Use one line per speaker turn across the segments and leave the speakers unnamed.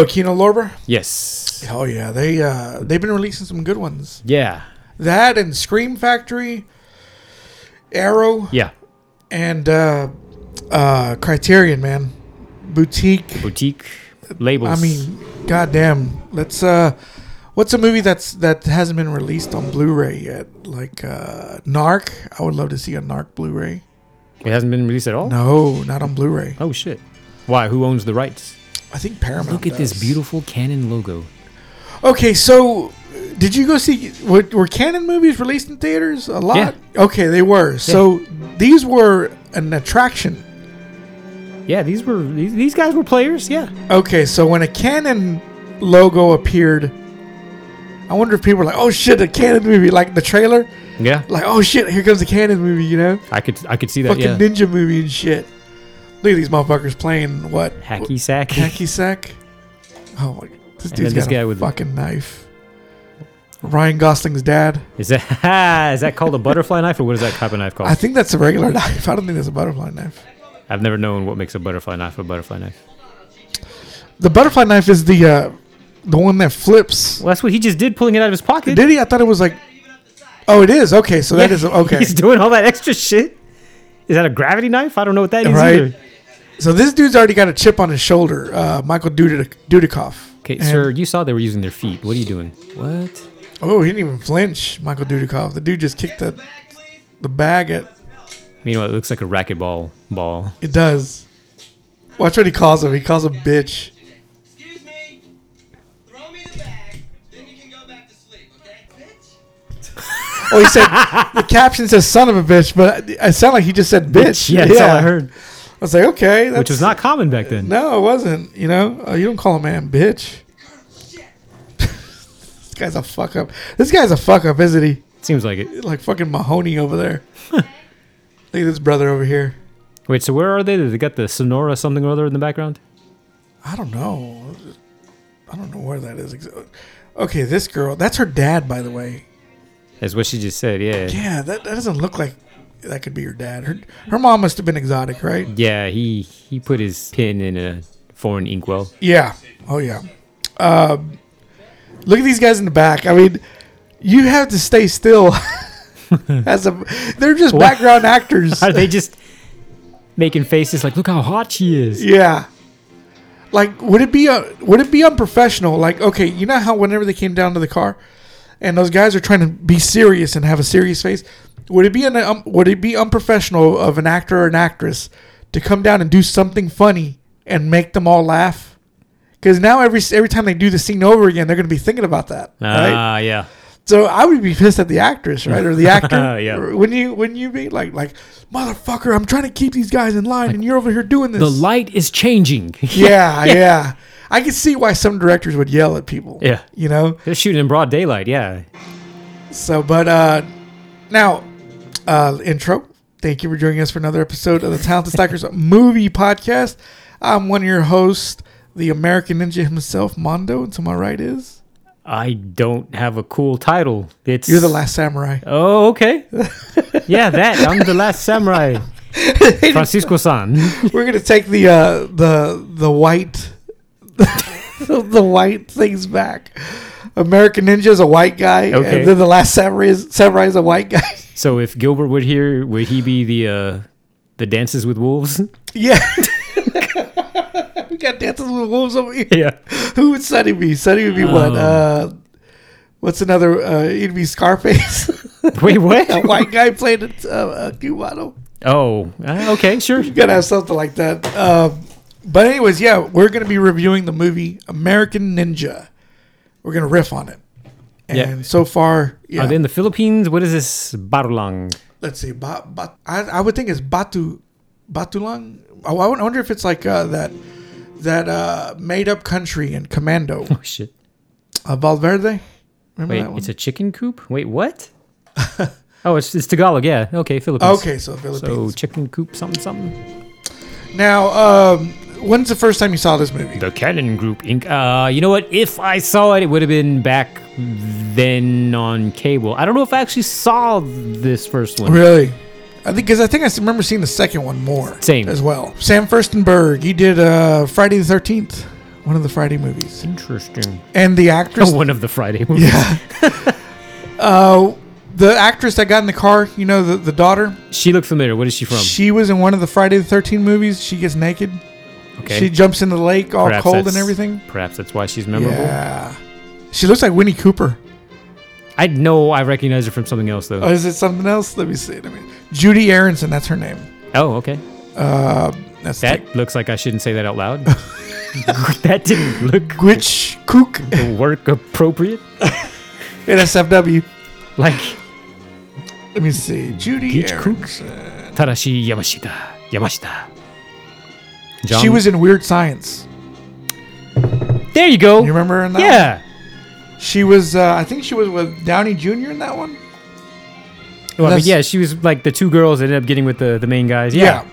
Aquino Lorber.
Yes.
Oh yeah, they uh, they've been releasing some good ones.
Yeah.
That and Scream Factory, Arrow,
Yeah.
and uh, uh, Criterion man, Boutique.
Boutique labels.
I mean, goddamn. Let's uh, what's a movie that's that hasn't been released on Blu-ray yet? Like uh, Narc. I would love to see a Narc Blu-ray.
it hasn't been released at all.
No, not on Blu-ray.
Oh shit. Why? Who owns the rights?
I think Paramount.
Look at this
does.
beautiful Canon logo.
Okay, so uh, did you go see were, were Canon movies released in theaters a lot? Okay, they were. So these were an attraction.
Yeah, these were these, these guys were players. Yeah.
Okay, so when a Canon logo appeared, I wonder if people were like, "Oh shit, a Canon movie!" Like the trailer,
Yeah.
like, "Oh shit, here comes a Canon movie," you know,
I could I could see that.
fucking
Yeah.
ninja movie and shit. Look at these motherfuckers playing what
Hacky sack.
hacky sack. Oh my, this
And
dude's
then this
got
guy
a
with-
fucking knife. Ryan Gosling's dad.
Is that is that called a butterfly knife or what is that type of knife
I
called?
think that's a regular knife. I don't think that's a butterfly knife.
I've never known what makes a butterfly knife a butterfly knife.
The butterfly knife is the uh, the one that flips.
Well, that's what he just did, pulling it out of his pocket.
Did he? I thought it was like. Oh, it is okay. So that
Yeah,
is okay.
He's doing all that extra shit. Is that a gravity knife? I don't know what that is
Right.
either.
So this dude's already got a chip on his shoulder. Uh, Michael Dudikoff. Dudikoff.
Okay,
And-
sir, you saw they were using their feet. What are you doing? What?
Oh, he didn't even flinch. Michael Dudikoff. The dude just kicked the the bag at.
Meanwhile, it looks like a racquetball ball.
It does. Watch what he calls him. He calls him bitch.
Excuse me. Throw me the bag, then you can go back to sleep, okay? Bitch.
Oh, he said the caption says "son of a bitch," but it sounded like he just said "bitch."
Yeah, that's all I heard.
I was like, okay, that's,
Which was not common back then.
No, it wasn't. You know, uh, you don't call a man bitch. this guy's a fuck up. This guy's a fuck up, isn't he?
Seems like it.
Like fucking Mahoney over there. Look at this brother over here.
Wait, so where are they? They got the Sonora something or other in the background?
I don't know. I don't know where that is. exa- Okay, this girl. That's her dad, by the way.
That's what she just said, yeah.
Yeah, that, that doesn't look like that could be her dad. Her, her mom must have been exotic, right?
Yeah, he he put his pin in a foreign inkwell.
Yeah. Oh yeah. Um, look at these guys in the back. I mean, you have to stay still. As a, they're just background actors.
Are they just making faces like, look how hot she is?
yeah. Like, would it be a, would it be unprofessional? Like, okay, you know how whenever they came down to the car, and those guys are trying to be serious and have a serious face, would it be an um, would it be unprofessional of an actor or an actress to come down and do something funny and make them all laugh? Because now every every time they do the scene over again, they're going to be thinking about that. right?
Ah, yeah.
So I would be pissed at the actress, right, or the actor.
Yeah.
Wouldn't you? Wouldn't you be like, like, motherfucker? I'm trying to keep these guys in line, and you're over here doing this.
The light is changing.
yeah, yeah, I can see why some directors would yell at people.
Yeah.
You know.
They're shooting in broad daylight, yeah.
So, but uh, now, uh, intro. Thank you for joining us for another episode of the Talented Stackers Movie Podcast. I'm one of your hosts, the American Ninja himself, Mondo, and to my right is
I don't have a cool title. It's
you're the last samurai.
Oh, okay. yeah, that I'm the last samurai. Francisco San.
We're gonna take the uh, the the white the white things back. American Ninja is a white guy,
Okay.
and then the last samurai is, samurai is a white guy.
So if Gilbert were here, would he be the uh the dances with wolves?
yeah, we got Dances with Wolves over here.
Yeah.
Who would Sonny be? Sonny would be
Oh.
what? Uh, what's another? Uh, he'd be Scarface.
Wait, what?
a white guy playing a, a, a Cubano.
Oh, uh, okay, sure.
You gotta have something like that. Um, but anyways, yeah, we're gonna be reviewing the movie American Ninja. We're gonna riff on it, and
Yeah.
so far, yeah.
Are they in the Philippines? What is this Barulang?
let's see, ba, ba, I, I would think it's Batu, Batulang. I, I would- I wonder if it's like uh, that that uh, made up country in Commando,
Oh shit.
uh, Valverde. Remember
Wait,
that one?
it's a chicken coop? Wait, what? oh, it's, it's Tagalog, yeah. Okay, Philippines.
okay, so
So
Philippines.
chicken coop something something.
now, um, when's the first time you saw this movie?
The Canon Group Inc. Uh, you know what? If I saw it, it would have been back then on cable. I don't know if I actually saw this first one.
Really? I think because I think I s- remember seeing the second one more.
Same.
as well. Sam Furstenberg, he did uh, Friday the Thirteenth. One of the Friday movies.
Interesting.
And the actress
One of the Friday movies. Yeah.
uh, the actress that got in the car, you know, the, the daughter,
She looked familiar. What is she from?
she was in one of the Friday the 13th movies. She gets naked.
okay.
She jumps in the lake all
Perhaps
cold and
that's-
everything.
Perhaps that's why she's memorable.
Yeah. She looks like Winnie Cooper.
I know I recognize her from something else though.
Oh, is it something else? Let me see. Let me, Judy Aronson, that's her name.
oh, okay.
Uh, that's
That looks like I shouldn't say that out loud. that didn't look
Gwitch Kook
work appropriate.
in SFW.
Like
Let me see. Judy
Gwitch Kook?
Aronson.
Tadashi Yamashita. Yamashita. John,
She was in Weird Science.
There you go.
You remember her in that? one?
Yeah.
She was, uh, I think she was with Downey Jr. in that one.
Well, I mean,
That's-
yeah, she was like the two girls that ended up getting with the, the main guys. Yeah.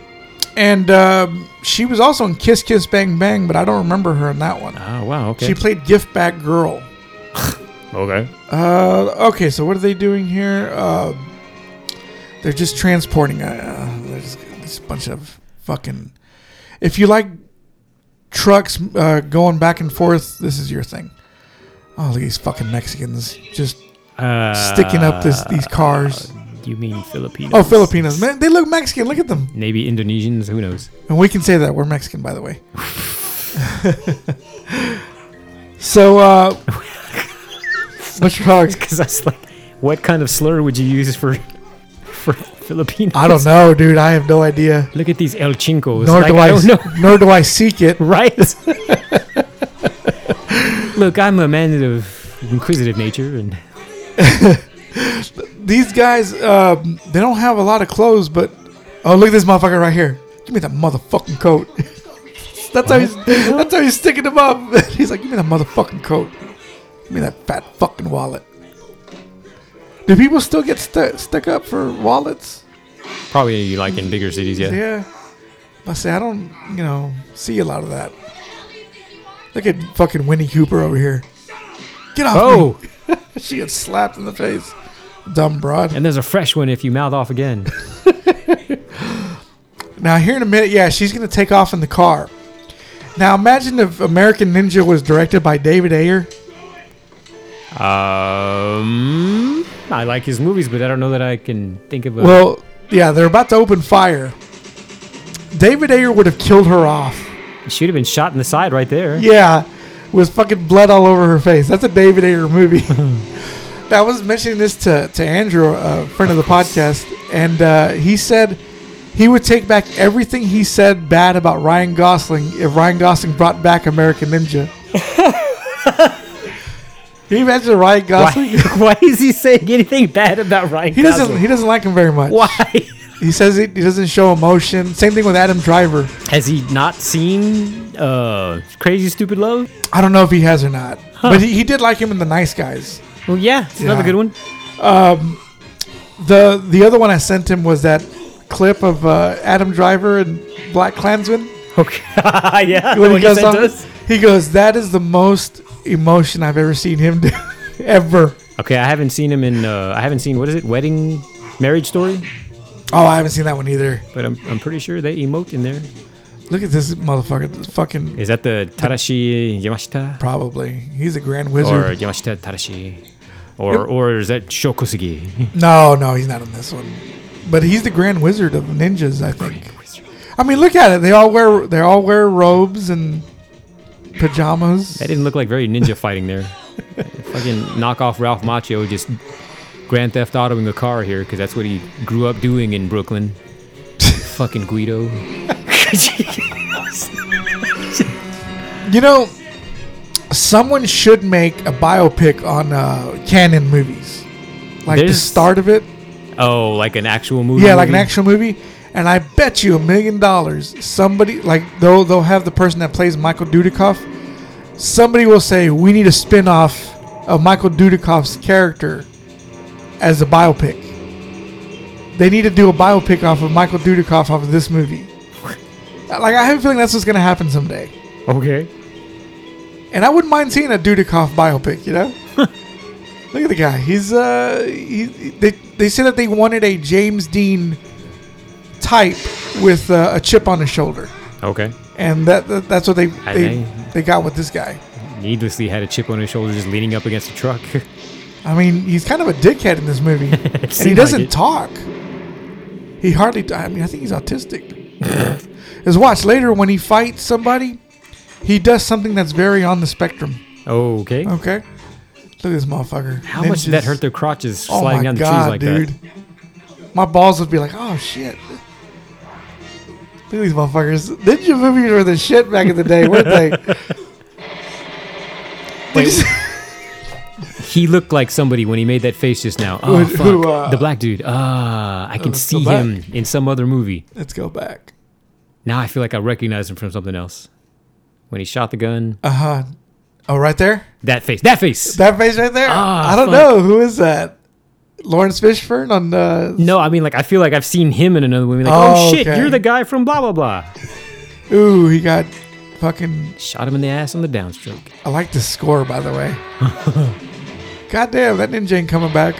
And um, she was also in Kiss Kiss Bang Bang, but I don't remember her in that one.
Oh wow. Okay.
She played Gift Bag Girl.
okay.
Uh, okay, so what are they doing here? Uh, they're just transporting. Uh, uh, there's this bunch of fucking. If you like trucks uh, going back and forth, this is your thing. Oh, look at these fucking Mexicans just
Uh,
sticking up this these cars.
You mean Filipinos?
Oh, Filipinos, man, they look Mexican. Look at them.
Maybe Indonesians. Who knows?
And we can say that we're Mexican, by the way. so, uh, what's wrong?
Because I was like, what kind of slur would you use for for Filipinos?
I don't know, dude. I have no idea.
Look at these El Chincos.
Nor
like,
do
I
I,
don't know.
nor do I seek it.
right? Look, I'm a man of inquisitive nature, and
These guys, um, they don't have a lot of clothes, but oh, look at this motherfucker right here. Give me that motherfucking coat. that's how he's. That's how he's sticking him up. he's like, give me that motherfucking coat. Give me that fat fucking wallet. Do people still get stu stuck up for wallets?
probably like in bigger cities, yeah.
Yeah. I say I don't, you know, see a lot of that. Look at fucking Winnie Cooper over here. Get off
Oh,
me. She gets slapped in the face. Dumb broad.
and there's a fresh one if you mouth off again.
Now here in a minute, yeah, she's gonna take off in the car. Now imagine if American Ninja was directed by David Ayer.
Um, I like his movies, but I don't know that I can think of a.
Well, yeah, they're about to open fire. David Ayer would have killed her off.
She'd have been shot in the side right there.
Yeah, with fucking blood all over her face. That's a David Ayer movie. I was mentioning this to, to Andrew, a friend of the podcast, and uh, he said he would take back everything he said bad about Ryan Gosling if Ryan Gosling brought back American Ninja. Can you imagine Ryan Gosling?
Why, why is he saying anything bad about Ryan?
He doesn't.
Gosling?
He doesn't like him very much.
why
He says he, he doesn't show emotion. Same thing with Adam Driver.
has he not seen uh, Crazy Stupid Love?
I don't know if he has or not, but he, he did like him in The Nice Guys.
Well, yeah, it's another
Yeah.
good one.
The the other one I sent him was that clip of uh, Adam Driver and Black Klansman.
Okay, yeah. the
When
one
he
you
goes
sent
on,
us?
he goes, "That is the most emotion I've ever seen him do, ever."
Okay, I haven't seen him in. Uh, I haven't seen what is it? Wedding, Marriage Story.
Oh, I haven't seen that one either.
But I'm, I'm pretty sure they emote in there.
Look at this motherfucker. This fucking
Is that the Tarashi Yamashita
probably he's a grand
or
wizard.
Yamashita Tarashi, or or is that Shokusugi?
No, no, he's not in this one, but he's the grand wizard of ninjas. I think. I mean, look at it. They all wear they all wear robes and pajamas.
That didn't look like very ninja fighting there. Fucking knockoff Ralph Macchio just Grand Theft Autoing a car here because that's what he grew up doing in Brooklyn. Fucking Guido.
You know, someone should make a biopic on uh, canon movies, like the
There's-
start of it.
oh, like an actual movie?
Yeah, like an
movie?
actual movie. And I bet you a million dollars, somebody like they'll they'll have the person that plays Michael Dudikoff. Somebody will say we need a spin-off of Michael Dudikoff's character as a biopic. They need to do a biopic off of Michael Dudikoff off of this movie. Like I have a feeling that's what's gonna happen someday.
Okay.
And I wouldn't mind seeing a Dudikoff biopic, you know? Look at the guy. He's uh he, they they said that they wanted a James Dean type with uh, a chip on his shoulder.
Okay.
and that, that that's what they
I
they,
think-
they got with this guy.
Needlessly had a chip on his shoulder just leaning up against a truck.
I mean, he's kind of a dickhead in this movie, and he
seemed
doesn't
like it.
talk. He hardly. I mean, I think he's autistic. Just watch later when he fights somebody, he does something that's very on the spectrum. Okay,
okay.
look at Oh, this motherfucker.
How much did that hurt their
Oh
crotches sliding down the trees like that?
My balls would be like, oh shit. Look at these motherfuckers. Ninja movies were the shit back in the day, weren't they?
Wait. He looked like somebody when he made that face just now. Oh,
Who-
fuck.
who, uh, Oh,
the black dude. Ah, I can
the
see
black-
him in some other movie.
Let's go back.
Now I feel like I recognize him from something else. When he shot the gun,
Uh huh. Oh, right there?
that face, that face.
That face right there?
Ah,
I don't
fuck.
know. Who is that? Lawrence Fishburne on uh,
no, I mean like I feel like I've seen him in another movie. Like,
Oh,
oh, shit,
okay.
you're the guy from blah blah blah.
Ooh, he got fucking.
Shot him in the ass on the downstroke.
I like the score, by the way. Goddamn, that ninja ain't coming back.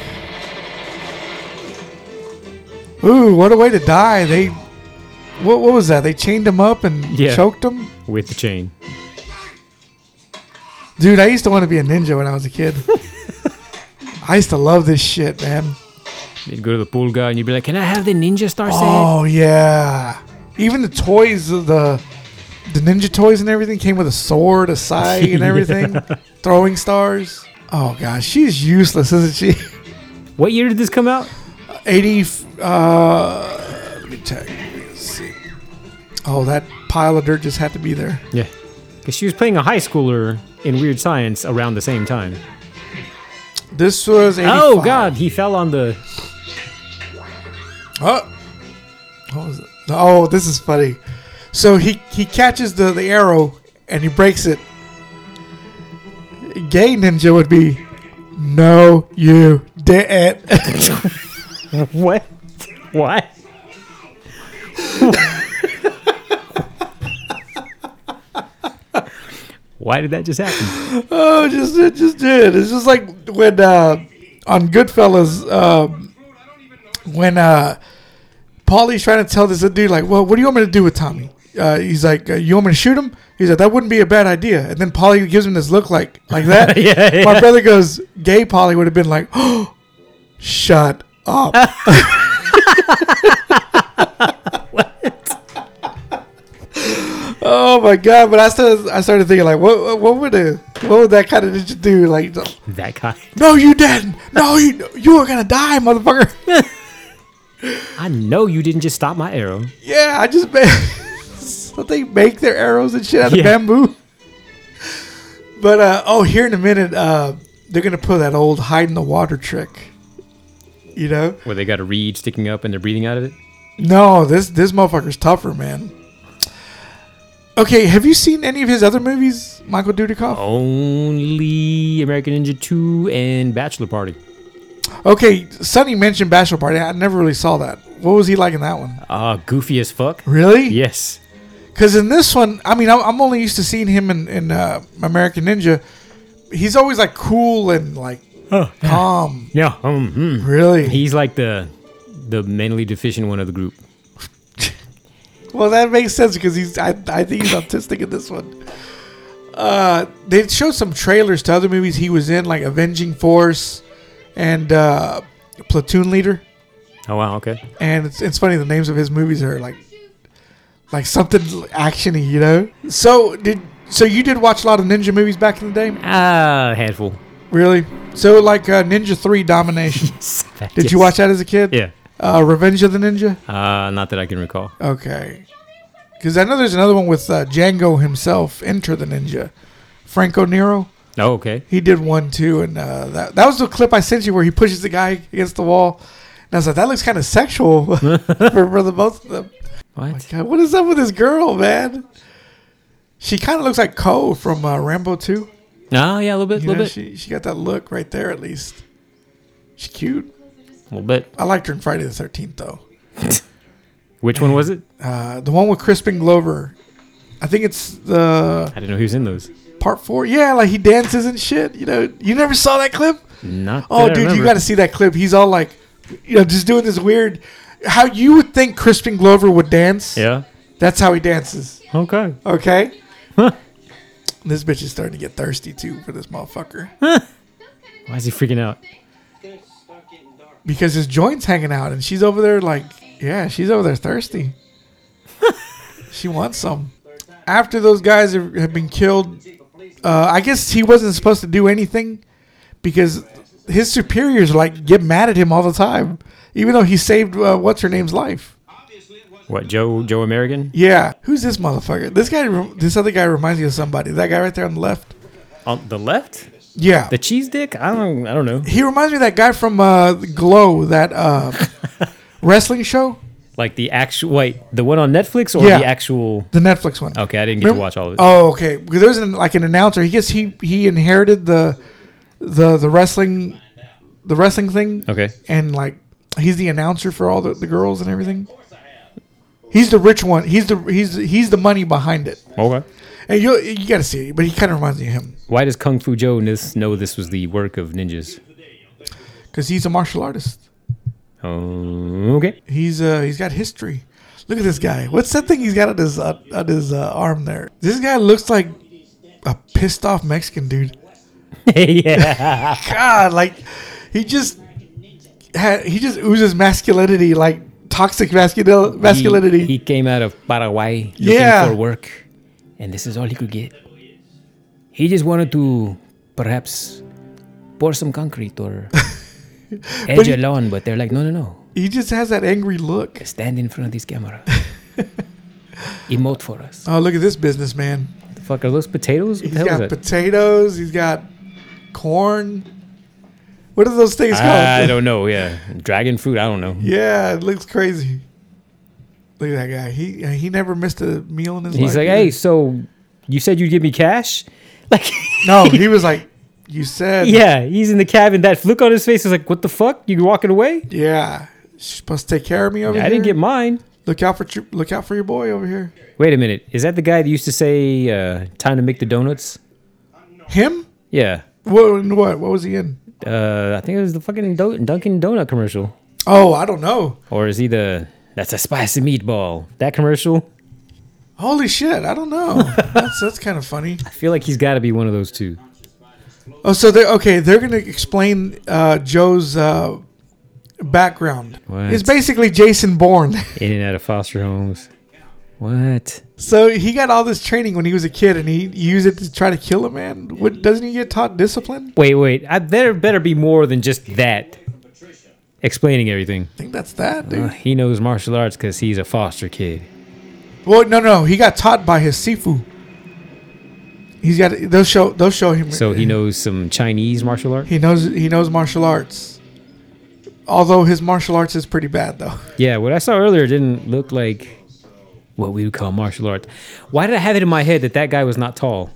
Ooh, what a way to die! They, what what was that? They chained him up and
Yeah.
choked him.
with the chain.
Dude, I used to want to be a ninja when I was a kid. I used to love this shit, man.
You'd go to the pool guy and you'd be like, "Can I have the ninja star set?"
Oh yeah, even the toys, the the ninja toys and everything came with a sword, a sai, and everything, throwing stars. Oh gosh, she's useless, isn't she?
What year did this come out?
80 f- uh let me check Let's see. oh that pile of dirt just had to be there
Yeah, because she was playing a high schooler in Weird Science around the same time.
this was 85.
Oh God, he fell on the.
oh what was it? oh this is funny so he he catches the the arrow and he breaks it gay ninja would be no you didn't
What? What? Why did that just happen?
oh just it just did it's just like when uh on goodfellas um
I don't even know.
when uh Paulie's trying to tell this dude like, well, what do you want me to do with Tommy? Uh, he's like, uh, you want me to shoot him? He's like, that wouldn't be a bad idea. And then Polly gives him this look like like that.
Yeah,
My
yeah.
brother goes, gay Polly would have been like, oh, shut up. Oh my god! But I started, I started thinking like, what, what would a, what would that kind of ninja do? Like,
That guy.
no, you didn't. No, you, you were gonna die, motherfucker.
I know you didn't just stop my arrow.
Yeah, I just ma- they make their arrows and shit out of
Yeah.
bamboo. But uh, oh, here in a minute, uh, they're gonna pull that old hide in the water trick. You know?
Where they got a reed sticking up and they're breathing out of it.
No, this this motherfucker's tougher, man. Okay, have you seen any of his other movies, Michael Dudikoff?
Only American Ninja 2 and Bachelor Party.
Okay, Sonny mentioned Bachelor Party. I never really saw that. What was he like in that one?
Uh, goofy as fuck.
Really?
Yes.
Because in this one, I mean, I'm, I'm only used to seeing him in, in uh, American Ninja. He's always like cool and like calm.
Yeah. Um, hmm.
Really?
He's like the the mentally deficient one of the group.
well, that makes sense because he's. I, I think he's autistic in this one. Uh, they showed some trailers to other movies he was in, like Avenging Force and uh, Platoon Leader.
Oh wow. Okay.
and it's, it's funny the names of his movies are like like something actiony you know so did so you did watch a lot of ninja movies back in the day
Ah, handful.
really so like uh, ninja 3 domination did you watch that as a kid
Yeah.
uh, revenge of the ninja
Uh, not that I can recall.
okay because i know there's another one with uh, django himself enter the ninja franco nero
Oh, okay.
he did one too and uh, that, that was the clip i sent you where he pushes the guy against the wall and i was like that looks kind of sexual for, for the both of them
What?
God, what is up with this girl, man? She kind of looks like Cole from uh, Rambo 2. You
Oh, yeah, a little bit, a
know,
little bit,
She, she got that look right there, at least. She's cute.
a little bit.
I liked her in Friday the 13th, though.
Which one was it?
Uh, the one with Crispin Glover. I think it's the
I didn't know he was in those.
part four. Yeah, like he dances and shit. You know, you never saw that clip?
Not.
Oh,
that I
dude, you
remember.
got to see that clip. He's all like, you know, just doing this weird. How you would think Crispin Glover would dance.
Yeah.
That's how he dances.
Okay.
Okay. this bitch is starting to get thirsty too for this motherfucker
Why is he freaking out?
It's gonna start getting dark.
because his joints hanging out and she's over there like, yeah, she's over there thirsty. she wants some. After those guys have have been killed, uh, I guess he wasn't supposed to do anything because his superiors like get mad at him all the time, even though he saved uh, what's her name's life.
Obviously, it wasn't.
What, Joe Joe American?
Yeah, who's this motherfucker? This guy, rem- this other guy reminds me of somebody. That guy right there on the left.
On the left?
Yeah,
The cheese dick? I don't I don't know.
he reminds me of that guy from uh, Glow, that uh, wrestling show,
Like the actual wait, the one on Netflix or
Yeah.
the actual
the Netflix one.
Okay, I didn't get
Remember-
to watch all of it.
Oh, okay. Because there's an, like an announcer. He gets he he inherited the the the wrestling the wrestling thing.
Okay.
And like he's the announcer for all the, the girls and everything. He's the rich one. He's the he's he's the money behind it.
Okay.
And you you got to see it, but he kind of reminds me of him
Why does Kung Fu Joe this know this was the work of ninjas?
because he's a martial artist.
Oh, okay.
He's uh he's got history. Look at this guy. What's that thing he's got on his uh, on his uh, arm there? This guy looks like a pissed off Mexican dude.
yeah.
God, like he just had he just oozes masculinity, like toxic masculinity. Masculinity.
He, he came out of Paraguay looking
Yeah.
for work, and this is all he could get. He just wanted to perhaps pour some concrete or edge
he-
a lawn, but they're like, no, no, no.
he just has that angry look.
Stand in front of this camera. Emote for us.
Oh, look at this businessman.
The fuck are those potatoes? What
He's got potatoes. He's got corn. What are those things
I
called?
don't know. Yeah, dragon fruit. I don't know.
Yeah, it looks crazy. Look at that guy. He he never missed a meal in his life.
He's like,
either.
hey, so you said you'd give me cash? Like,
No, he was like, you said, yeah,
yeah, he's in the cabin. That look on his face is like, what the fuck? You walking away?
You're supposed to take care of me over
I
here.
didn't get mine.
look out for your- look out for your boy over here.
Wait a minute. Is that the guy that used to say, uh, time to make the donuts?
Him?
Yeah.
What? What? What was he in?
Uh, I think it was the fucking do- Dunkin' Donut commercial.
Oh, I don't know.
Or is he the, that's a spicy meatball? That commercial?
Holy shit, I don't know. that's that's kind of funny.
I feel like he's got to be one of those two.
Oh, so they're okay. They're gonna explain uh, Joe's uh, background.
What?
It's basically Jason Bourne.
In and out of foster homes. What?
so he got all this training when he was a kid, and he used it to try to kill a man. What doesn't he get taught discipline?
Wait, wait. I, there better be more than just that. Explaining everything.
I think that's that, dude.
Uh, he knows martial arts because he's a foster kid.
Well, no, no, he got taught by his sifu. He's got. They'll show. They'll show him.
So he knows some Chinese martial art.
He knows. He knows martial arts. Although his martial arts is pretty bad, though.
Yeah, what I saw earlier didn't look like what we would call martial arts. Why did I have it in my head that that guy was not tall?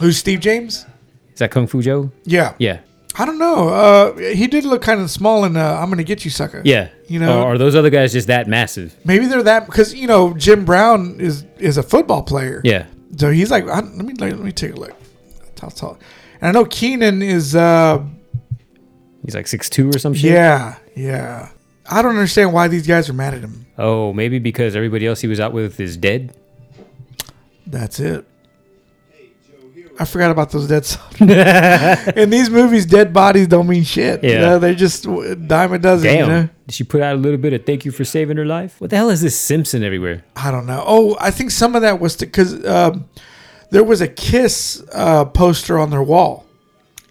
Who's Steve James?
Is that Kung Fu Joe?
Yeah.
Yeah,
I don't know. Uh, he did look kind of small, and uh, I'm gonna get you, sucker.
yeah.
You know-
or are those other guys just that massive?
Maybe they're that because you know Jim Brown is is a football player.
Yeah.
So he's like, I, let me let me take a look. How tall? And I know Keenan is. Uh,
He's like six two or some shit.
yeah. Yeah. I don't understand why these guys are mad at him.
Oh, maybe because everybody else he was out with is dead.
That's it. I forgot about those dead soldiers. In these movies, dead bodies don't mean shit.
Yeah.
You know, they're just w- dime a dozen. You
Damn.
know?
Did she put out a little bit of thank you for saving her life? What the hell is this Simpson everywhere?
I don't know. Oh, I think some of that was because um, there was a Kiss uh, poster on their wall,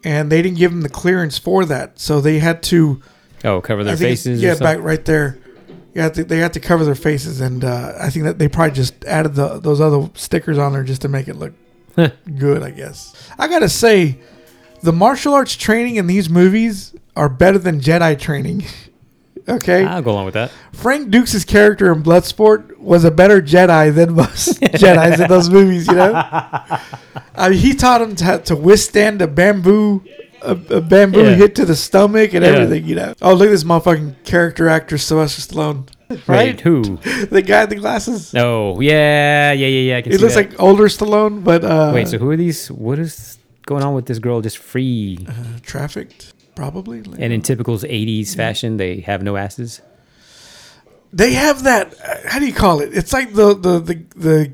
and they didn't give them the clearance for that, so they had to.
Oh, cover their
I think it's-
faces.
yeah,
or something?
back right there. Yeah, they, they had to cover their faces, and uh, I think that they probably just added the, those other stickers on there just to make it look good. I guess I gotta say, the martial arts training in these movies are better than Jedi training. okay,
I'll go along with that.
Frank Dukes' character in Bloodsport was a better Jedi than most Jedi's in those movies, you know? I mean, he taught him to, to withstand a bamboo a, a bamboo
Yeah.
hit to the stomach and
Yeah.
everything, you know? Oh, look at this motherfucking character actor, Sylvester Stallone. Right?
Wait, who?
The guy in the glasses.
Oh, yeah, yeah, yeah, yeah. I can
He
see
looks
that.
like older Stallone, but uh,
Wait, so who are these? What is going on with this girl? Just free.
Uh-huh. trafficked, probably.
And in typical 80s fashion, they have no asses.
They have that. uh, How do you call it? It's like the the the, the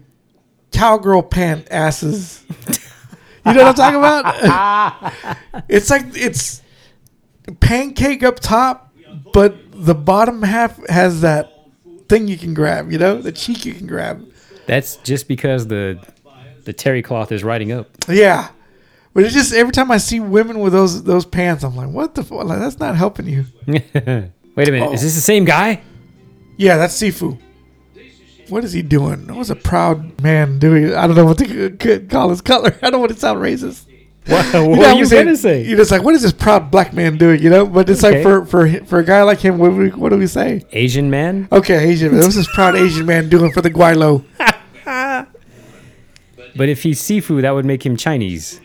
cowgirl pant asses. You know what I'm talking about? it's like it's pancake up top, but the bottom half has that thing you can grab. You know, the cheek you can grab.
That's just because the the terry cloth is riding up.
Yeah, but it's just every time I see women with those those pants, I'm like, what the? F-? Like, that's not helping you.
Wait a minute, is this the same guy?
Yeah, that's Sifu. What is he doing? What's a proud man doing? I don't know what to c- c- call his color. I don't want to sound racist.
What, what
know
are
I'm
you
saying?
gonna say?
You know, it's like, what is this proud black man doing? You know, but it's like
Okay.
for for hi- for a guy like him, what do we, what do we say?
Asian man?
Okay, Asian. What's this proud Asian man doing for the Guaylo?
But if he's Sifu, that would make him Chinese.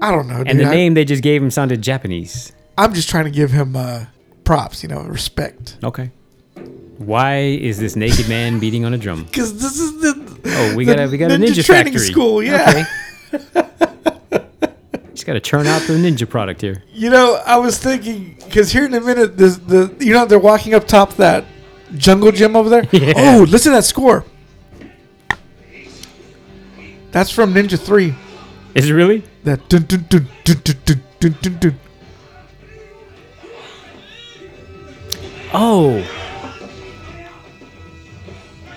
I don't know. Dude.
And the
I-
name they just gave him sounded Japanese.
I'm just trying to give him uh, props. You know, respect.
Okay. Why is this naked man beating on a drum?
Because this is the
Oh, we
the
got a we got a ninja,
training
factory.
school. Yeah.
Just got to churn out the ninja product here.
You know, I was thinking because here in a minute, this, the you know they're walking up top that jungle gym over there.
Yeah.
Oh, listen to that score. That's from Ninja Three.
Is it really?
That dun dun dun dun dun dun dun dun. dun.
Oh,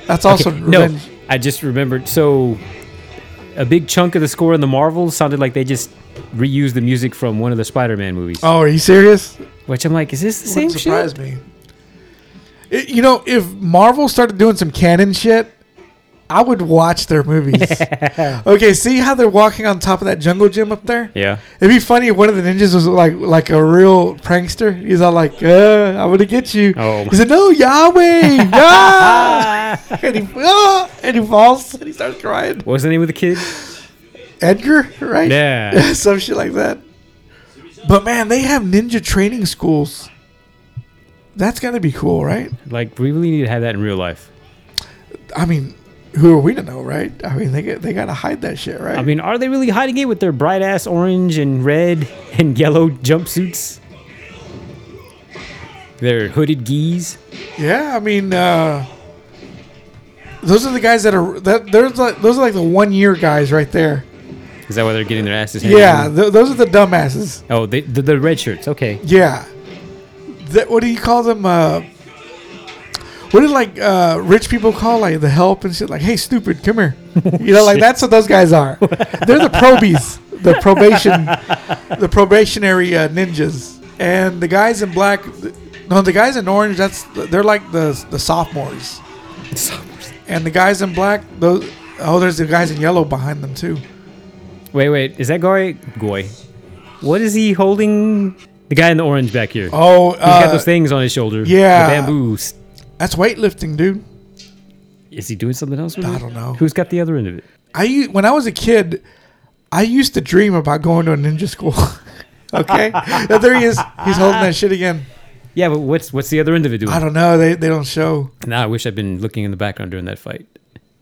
That's also
Okay, no.
revenge.
I just remembered. So, a big chunk of the score in the Marvel sounded like they just reused the music from one of the Spider-Man movies.
Oh, are you serious?
Which I'm like, is this the same
Wouldn't
shit?
surprise me. It- you know, if Marvel started doing some canon shit, I would watch their movies. okay, see how they're walking on top of that jungle gym up there?
Yeah.
It'd be funny if one of the ninjas was like like a real prankster. He's all like, uh, "I'm gonna get you."
Oh.
He said, "No, Yahweh, yeah!" and, he, ah! and he falls and he starts crying.
What was the name of the kid?
Edgar, right?
Yeah.
some shit like that. But man, they have ninja training schools. That's gotta be cool, right?
Like, we really need to have that in real life.
I mean, who are we to know, right? I mean, they get, they gotta hide that shit, right?
I mean, are they really hiding it with their bright ass orange and red and yellow jumpsuits? Their hooded geese.
Yeah, I mean, uh, those are the guys that are that. There's like those are like the one year guys right there.
Is that why they're getting their asses handed
Yeah,
to them?
th- those are the dumbasses.
Oh, they, the, the red shirts. Okay.
Yeah, that, what do you call them? Uh, what do like uh, rich people call like the help and shit? Like, hey, stupid, come here. You know, like that's what those guys are. They're the probies, the probation, the probationary uh, ninjas, and the guys in black. No, the guys in orange. That's they're like the the sophomores. And the guys in black, those oh, there's the guys in yellow behind them too.
Wait, wait. Is that Goy? Goy. What is he holding? The guy in the orange back here.
Oh,
He's got
uh,
those things on his shoulder.
yeah.
The bamboos.
that's weightlifting, dude.
Is he doing something else with
I
it?
don't know.
Who's got the other end of it?
I u- when I was a kid, I used to dream about going to a ninja school. okay, Now, there he is. He's holding that shit again.
Yeah, but what's what's the other end of it doing?
I don't know. They they don't show.
Now I wish I'd been looking in the background during that fight.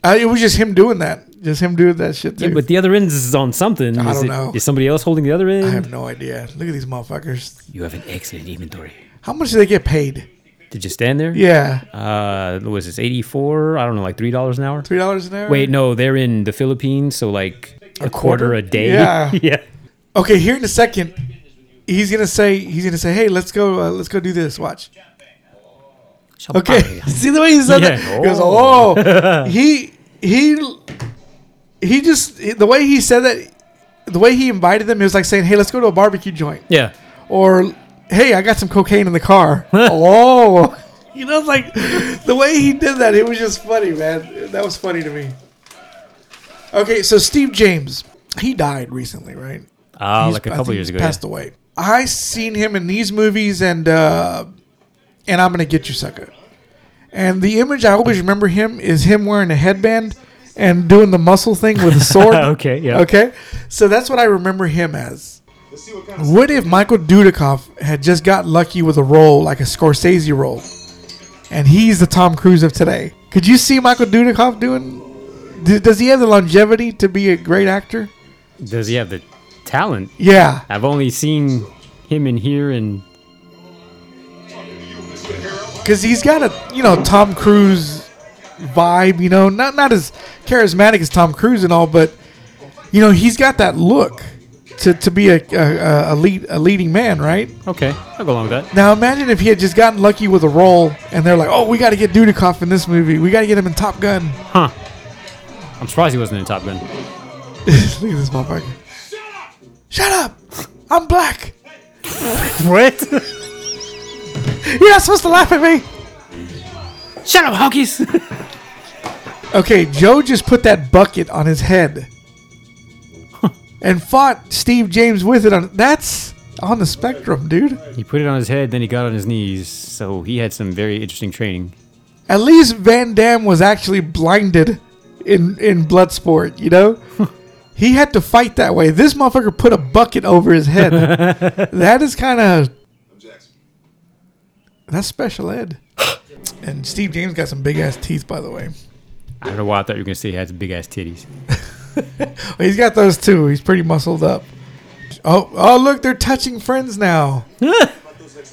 Uh, it was just him doing that. Just him doing that shit.
Yeah,
dude.
but the other end is on something.
I
is
don't
it-
know.
Is somebody else holding the other end?
I have no idea. Look at these motherfuckers.
You have an excellent inventory.
How much do they get paid?
Did you stand there?
Yeah,
Uh, what was this eighty four? I don't know, like three dollars an hour.
three dollars an hour.
Wait, no, they're in the Philippines, so like a, quarter?
quarter?
a day.
Yeah.
yeah.
Okay, here in a second, he's gonna say he's gonna say, "Hey, let's go. Uh, let's go do this. Watch." Okay. See the way he said that?
Yeah.
He goes, oh. he he he just the way he said that, the way he invited them, he was like saying, "Hey, let's go to a barbecue joint,"
Yeah.
or "Hey, I got some cocaine in the car." oh, you know, like the way he did that, it was just funny, man. That was funny to me. Okay, so Steve James, he died recently, right?
Uh,
He's-
like a
I
couple
think
years
he
ago.
Passed away. I seen him in these movies and uh, and I'm gonna get you sucker. And the image I always remember him is him wearing a headband and doing the muscle thing with a sword.
Okay, yeah.
Okay. So that's what I remember him as. What if Michael Dudikoff had just got lucky with a role like a Scorsese role, and he's the Tom Cruise of today? Could you see Michael Dudikoff doing? d- Does he have the longevity to be a great actor?
yeah. Does he have the talent?
Yeah.
I've only seen him in here and
because he's got a you know Tom Cruise vibe. You know, not not as charismatic as Tom Cruise and all, but you know he's got that look to, to be a a, a, lead, a leading man, right?
Okay, I'll go along with that.
Now imagine if he had just gotten lucky with a role, and they're like, "Oh, we got to get Dudikoff in this movie. We got to get him in Top Gun."
Huh. I'm surprised he wasn't in Top Gun.
Look at this motherfucker. Shut up! I'm black.
What?
You're not supposed to laugh at me.
Shut up, Hawkies!
Okay, Joe just put that bucket on his head and fought Steve James with it. On that's on the spectrum, dude.
he put it on his head, then he got on his knees, so he had some very interesting training.
At least Van Damme was actually blinded in in Bloodsport. You know, he had to fight that way. This motherfucker put a bucket over his head. that is kind of that's special ed. And Steve James got some big ass teeth, by the way.
I don't know why I thought you were going to say he had some big ass titties.
Well, he's got those too. He's pretty muscled up. Oh, oh, look, they're touching friends now.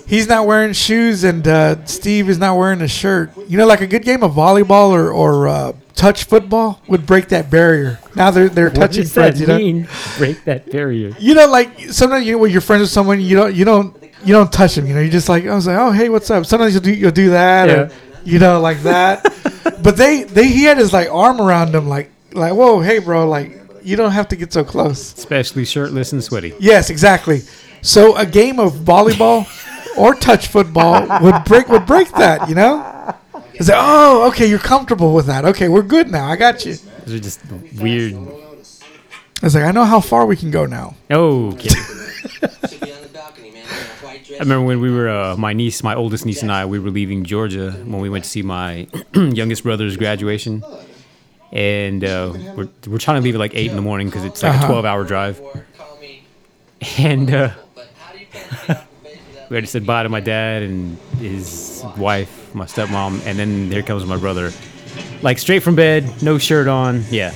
he's not wearing shoes, and uh, Steve is not wearing a shirt. You know, like a good game of volleyball or, or uh, touch football would break that barrier. Now they're they're touching friends. you know,
Break that barrier.
you know, like sometimes you when you're friends with someone, you don't you don't you don't touch them. You know, you just like I was like, oh hey, what's up? Sometimes you'll do you'll do that, or, you know, like that. but they they he had his like arm around him, like like whoa, hey bro, like you don't have to get so close.
Especially shirtless and sweaty.
Yes, exactly. So a game of volleyball or touch football would break would break that, you know? It's like, oh, okay, you're comfortable with that. Okay, we're good now. I got you.
Those are just weird.
I was like, I know how far we can go now.
Okay.
Should be on the balcony, man. in a White
I
dress.
remember when we were, uh, my niece, my oldest niece and I, we were leaving Georgia when we went to see my youngest brother's graduation. And uh, we're, we're trying to leave at like 8 in the morning because it's like a
Uh-huh.
12 hour drive.
Or call me.
And uh,
But how do you plan to get off the base without
we already said bye to my dad and his wife, my stepmom, and then here comes my brother. Like straight from bed, no shirt on. Yeah.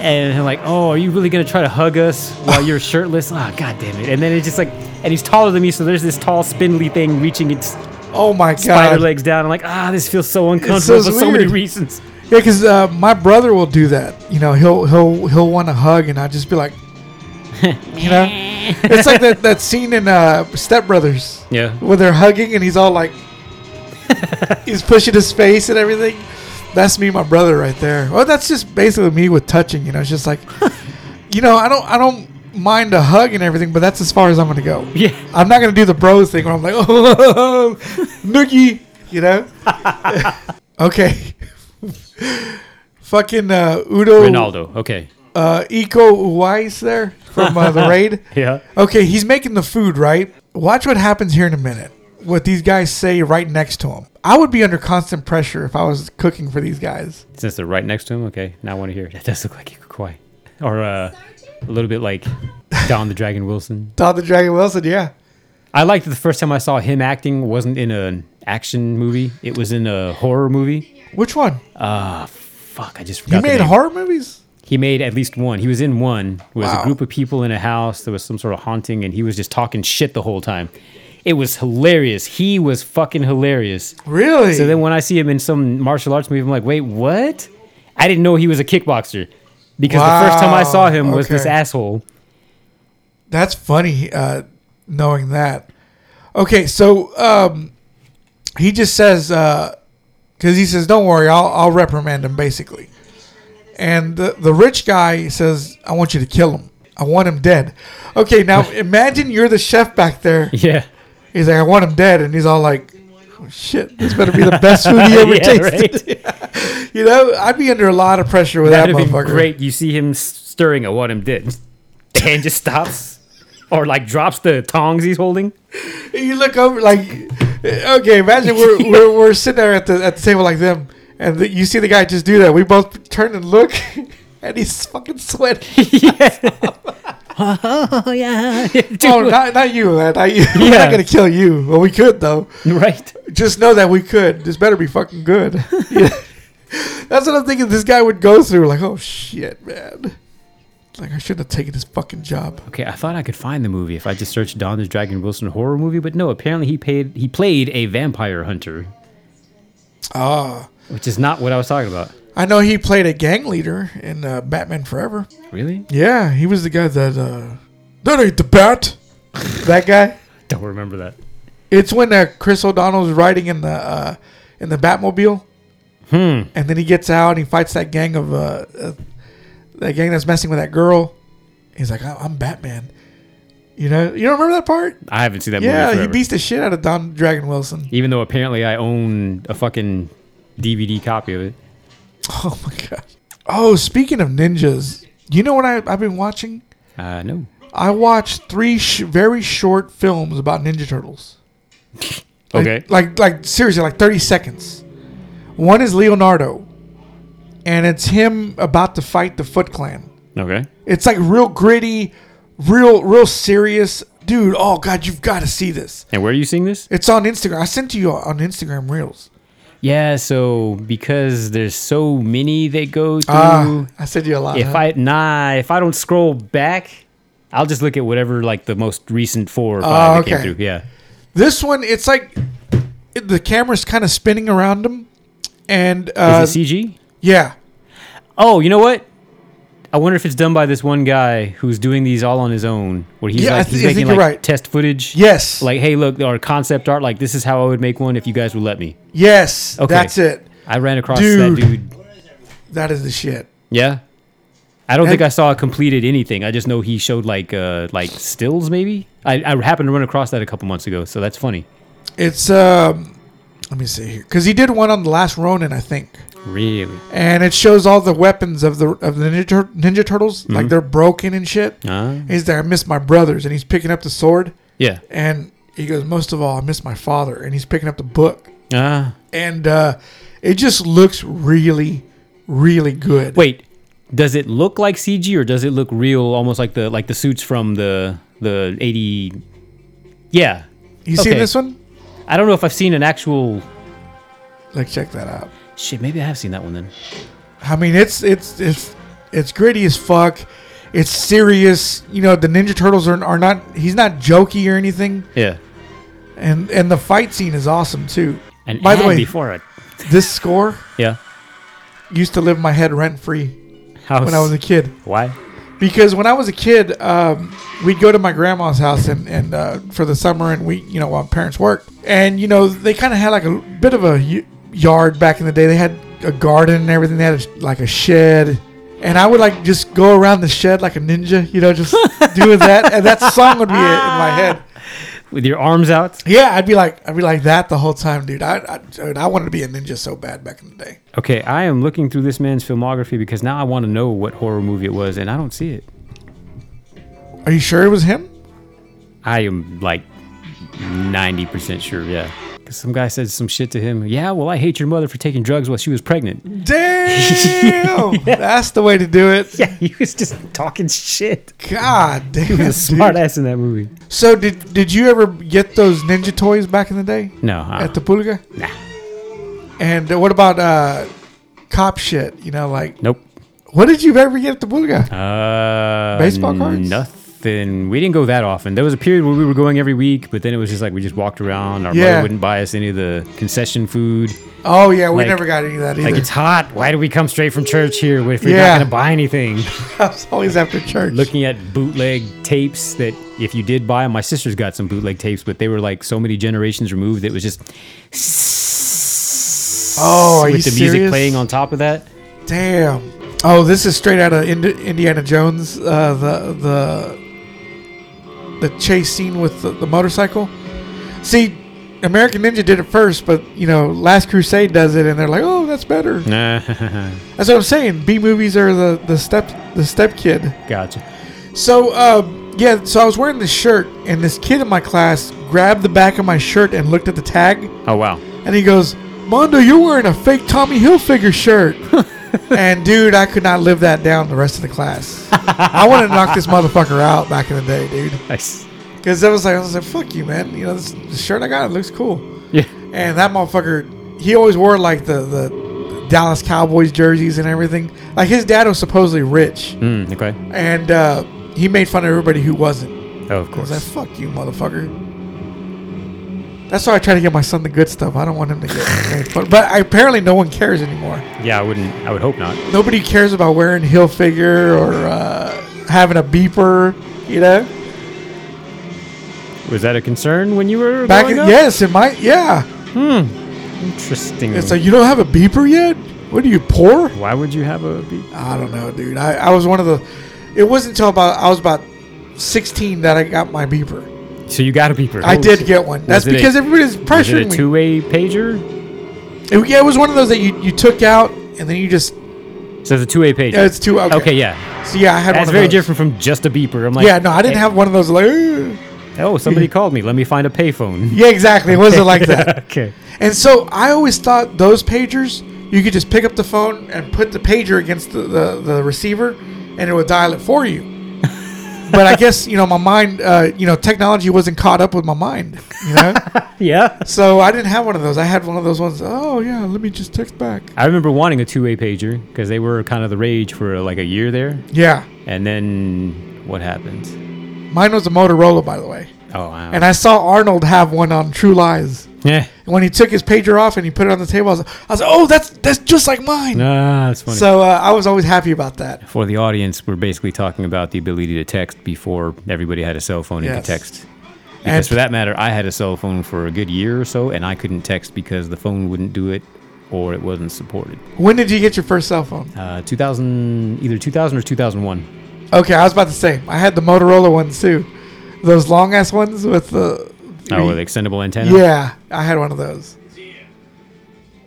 And I'm like, oh, are you really gonna try to hug us while you're shirtless? Ah, god damn it. And then it's just like and he's taller than me, so there's this tall spindly thing reaching its
Oh my god.
spider legs down. I'm like, ah, this feels so uncomfortable for so many
weird.
reasons.
Yeah, because uh, my brother will do that. You know, he'll he'll he'll want a hug, and I'll just be like, you know, it's like that, that scene in uh, Step Brothers.
Yeah.
where they're hugging, and he's all like, he's pushing his face and everything. That's me, and my brother, right there. Well, that's just basically me with touching. You know, it's just like, you know, I don't I don't mind a hug and everything, but that's as far as I'm gonna go.
Yeah.
I'm not gonna do the bros thing where I'm like, oh, noogie, you know. okay. Fucking uh, Udo
Ronaldo, okay.
uh, Eco Uwais there from uh, the raid.
Yeah.
Okay, he's making the food right. Watch what happens here in a minute. What these guys say right next to him. I would be under constant pressure if I was cooking for these guys.
Since they're right next to him, okay. Now I want to hear. That does look like Ikukoi. Or uh, a little bit like Don the Dragon Wilson.
Todd the Dragon Wilson, yeah.
I liked that the first time I saw him acting wasn't in an action movie. It was in a horror movie.
Which one?
Ah, fuck! I just forgot.
You
the
made
name.
horror movies?
He made at least one. He was in one. It was
Wow.
a group of people in a house. There was some sort of haunting, and he was just talking shit the whole time. It was hilarious. He was fucking hilarious.
Really?
So then when I see him in some martial arts movie, I'm like, wait, what? I didn't know he was a kickboxer because the first time I saw
Wow,
him was this
okay.
asshole.
That's funny uh, knowing that. Okay, so um, he just says, because he says, don't worry, I'll, I'll reprimand him, basically. And the, the rich guy says, I want you to kill him. I want him dead. Okay, now imagine you're the chef back there.
Yeah.
He's like, I want him dead. And he's all like, oh, shit, this better be the best food he ever
yeah,
tasted.
right?
You know, I'd be under a lot of pressure with that,
That'd be
motherfucker.
great. You see him s- stirring at what him did, and just stops, or like drops the tongs he's holding.
you look over like okay imagine we're, we're, we're sitting there at the, at the table like them and the, you see the guy just do that we both turn and look and he's fucking sweating
Oh yeah,
oh not, not you man not you we're
Yeah.
not gonna kill you well we could though
right.
just know that we could this better be fucking good that's what i'm thinking this guy would go through like oh shit man Like I should have taken this fucking job.
Okay, I thought I could find the movie if I just searched Don the Dragon Wilson horror movie, but no, apparently he paid he played a vampire hunter,
Ah,
which is not what I was talking about.
I know he played a gang leader in uh, Batman Forever.
Really?
Yeah, he was the guy that uh, that ain't the bat. that guy.
Don't remember that.
It's when uh, Chris O'Donnell's riding in the uh, in the Batmobile,
Hmm.
and then he gets out and he fights that gang of uh, uh, that gang that's messing with that girl. He's like, "I- "I'm Batman." You know, you don't remember that part?
I haven't seen that
Yeah,
movie.
he
forever.
beats the shit out of Don Dragon Wilson.
Even though apparently I own a fucking DVD copy of it.
Oh my god. Oh, speaking of ninjas, you know what I, I've been watching?
Uh, no.
I watched three sh- very short films about Ninja Turtles. Like-
Okay.
Like, like seriously, like thirty seconds. One is Leonardo, and it's him about to fight the Foot Clan.
Okay.
It's like real gritty, real real serious, dude. Oh god, you've got to see this.
And where are you seeing this?
It's on Instagram. I sent to you on Instagram Reels.
Yeah, so because there's so many that go through.
Ah, I sent you a lot.
if
huh?
I nah, if I don't scroll back, I'll just look at whatever like the most recent four or five
Oh,
that
okay.
came through. Yeah.
This one, it's like it- the camera's kind of spinning around him, and uh,
Is it CG?
yeah,
Oh, you know what? I wonder if it's done by this one guy who's doing these all on his own, where he's
Yeah, I
like
th-
he's
I
making
think
like
you're right.
test footage.
yes,
Like, hey, look, or concept art. Like, this is how I would make one if you guys would let me.
yes,
Okay.
that's it.
I ran across
Dude.
that dude.
That is the shit.
Yeah. I don't
And-
think I saw completed anything. I just know he showed like uh like stills maybe. I, I happened to run across that a couple months ago, so that's funny.
It's um, let me see here, because he did one on the last Ronin, I think,
Really?
and it shows all the weapons of the of the Ninja, Tur- Ninja Turtles, like they're broken and shit.
Ah.
He's there. I miss my brothers, and he's picking up the sword,
Yeah.
and he goes, most of all, I miss my father, and he's picking up the book,
Ah.
and uh, it just looks really, really good.
Wait, does it look like CG or does it look real? Almost like the like the suits from the the eighty. Yeah,
You seen
Okay.
this one?
I don't know if I've seen an actual.
Like check that out.
Shit, maybe I have seen that one then.
I mean, it's it's it's it's gritty as fuck. It's serious. You know, the Ninja Turtles are, are not. He's not jokey or anything.
Yeah.
And and the fight scene is awesome too.
And
By the
and
way-
before it.
This score
Yeah.
used to live in my head rent free
How
when I was a kid.
Why?
because when I was a kid, um, we'd go to my grandma's house and, and uh, for the summer, and we, you know, while parents worked, and you know, they kind of had like a bit of a y- yard back in the day. They had a garden and everything. They had a, like a shed, and I would like just go around the shed like a ninja, you know, just doing that, and that song would be in my head.
With your arms out.
Yeah, I'd be like, I'd be like that the whole time, dude. I, I, dude, I wanted to be a ninja so bad back in the day.
Okay, I am looking through this man's filmography because now I want to know what horror movie it was, and I don't see it.
Are you sure it was him?
I am like ninety percent sure. Yeah. 'Cause Some guy said some shit to him. Yeah, well, I hate your mother for taking drugs while she was pregnant.
Damn, that's the way to do it.
Yeah, he was just talking shit.
God damn,
He was a smart
dude.
ass in that movie.
So did did you ever get those ninja toys back in the day
No, uh,
at the Pulga?
nah,
And what about uh, cop shit? You know, like
nope.
what did you ever get at the Pulga?
Uh,
Baseball cards?
Nothing. We didn't go that often. There was a period where we were going every week, but then it was just like we just walked around. Our
Yeah.
mother wouldn't buy us any of the concession food.
Oh yeah, we
like-
never got any of that either.
Like it's hot. Why do we come straight from church here if we're
Yeah.
not gonna buy anything?
I was always after church.
Looking at bootleg tapes that if you did buy 'em, my sister's got some bootleg tapes, but they were like so many generations removed. It was just
oh, are
with
you
the
serious?
music playing on top of that.
Damn. Oh, this is straight out of Ind- Indiana Jones. Uh, the the the chase scene with the, the motorcycle. See, American Ninja did it first, but you know, Last Crusade does it, and they're like, oh, that's better. That's what I'm saying. B movies are the the step the step kid.
gotcha.
So uh, yeah, so I was wearing this shirt, and this kid in my class grabbed the back of my shirt and looked at the tag,
Oh wow.
and he goes, "Mondo, you're wearing a fake Tommy Hilfiger shirt." and dude, I could not live that down the rest of the class. I wanted to knock this motherfucker out back in the day, dude,
Nice.
because I was like, I was like, "Fuck you, man!" You know, this, this shirt I got it looks cool,
Yeah.
and that motherfucker, he always wore like the the Dallas Cowboys jerseys and everything. Like his dad was supposedly rich,
Mm, okay.
and uh, he made fun of everybody who wasn't.
Oh, of
I was
course.
like, "Fuck you, motherfucker." That's why I try to get my son the good stuff. I don't want him to get made fun. But apparently, no one cares anymore.
yeah, I wouldn't. I would hope not.
Nobody cares about wearing heel figure or uh, having a beeper. You know,
Was that a concern when you were
back in,
growing up?
yes, it might. Yeah,
Interesting.
it's like you don't have a beeper yet. What are you poor?
Why would you have a beat?
I don't know, dude. I, I was one of the. It wasn't until about I was about sixteen that I got my beeper.
So you got a beeper.
I
Holy
did
shit.
get one. That's
Was it a-
because everybody's
Was it
pressuring
a
me.
two-way pager?
It- yeah, it was one of those that you, you took out and then you just.
So it's a two-way pager.
Yeah, it's two. Okay.
okay, yeah.
So yeah, I had one
That's
of
very
those.
different from just a beeper. I'm like,
yeah, no, I didn't
"Hey,
have one of those. Like, "Ugh."
Oh, somebody called me. Let me find a payphone.
yeah, exactly. It wasn't like that.
okay.
And so I always thought those pagers, you could just pick up the phone and put the pager against the, the, the receiver and it would dial it for you. but I guess, you know, my mind, uh, you know, technology wasn't caught up with my mind, you know?
Yeah.
so I didn't have one of those. I had one of those ones, oh, yeah, let me just text back.
I remember wanting a two-way pager because they were kind of the rage for like a year there,
Yeah.
and then what happened?
Mine was a Motorola, by the way.
Oh wow. Eh,
And I saw Arnold have one on True Lies.
yeah.
And when he took his pager off and he put it on the table, I was, I was like, oh, that's, that's just like mine.
Nah, that's funny.
So uh, I was always happy about that.
for the audience, we're basically talking about the ability to text before everybody had a cell phone and
Yes.
could text. Because
And-
for that matter, I had a cell phone for a good year or so, and I couldn't text because the phone wouldn't do it or it wasn't supported.
When did you get your first cell phone?
Uh, 2000, either 2000 or 2001.
Okay, I was about to say I had the Motorola ones too, those long ass ones with the.
Oh, with extendable antenna.
yeah, I had one of those.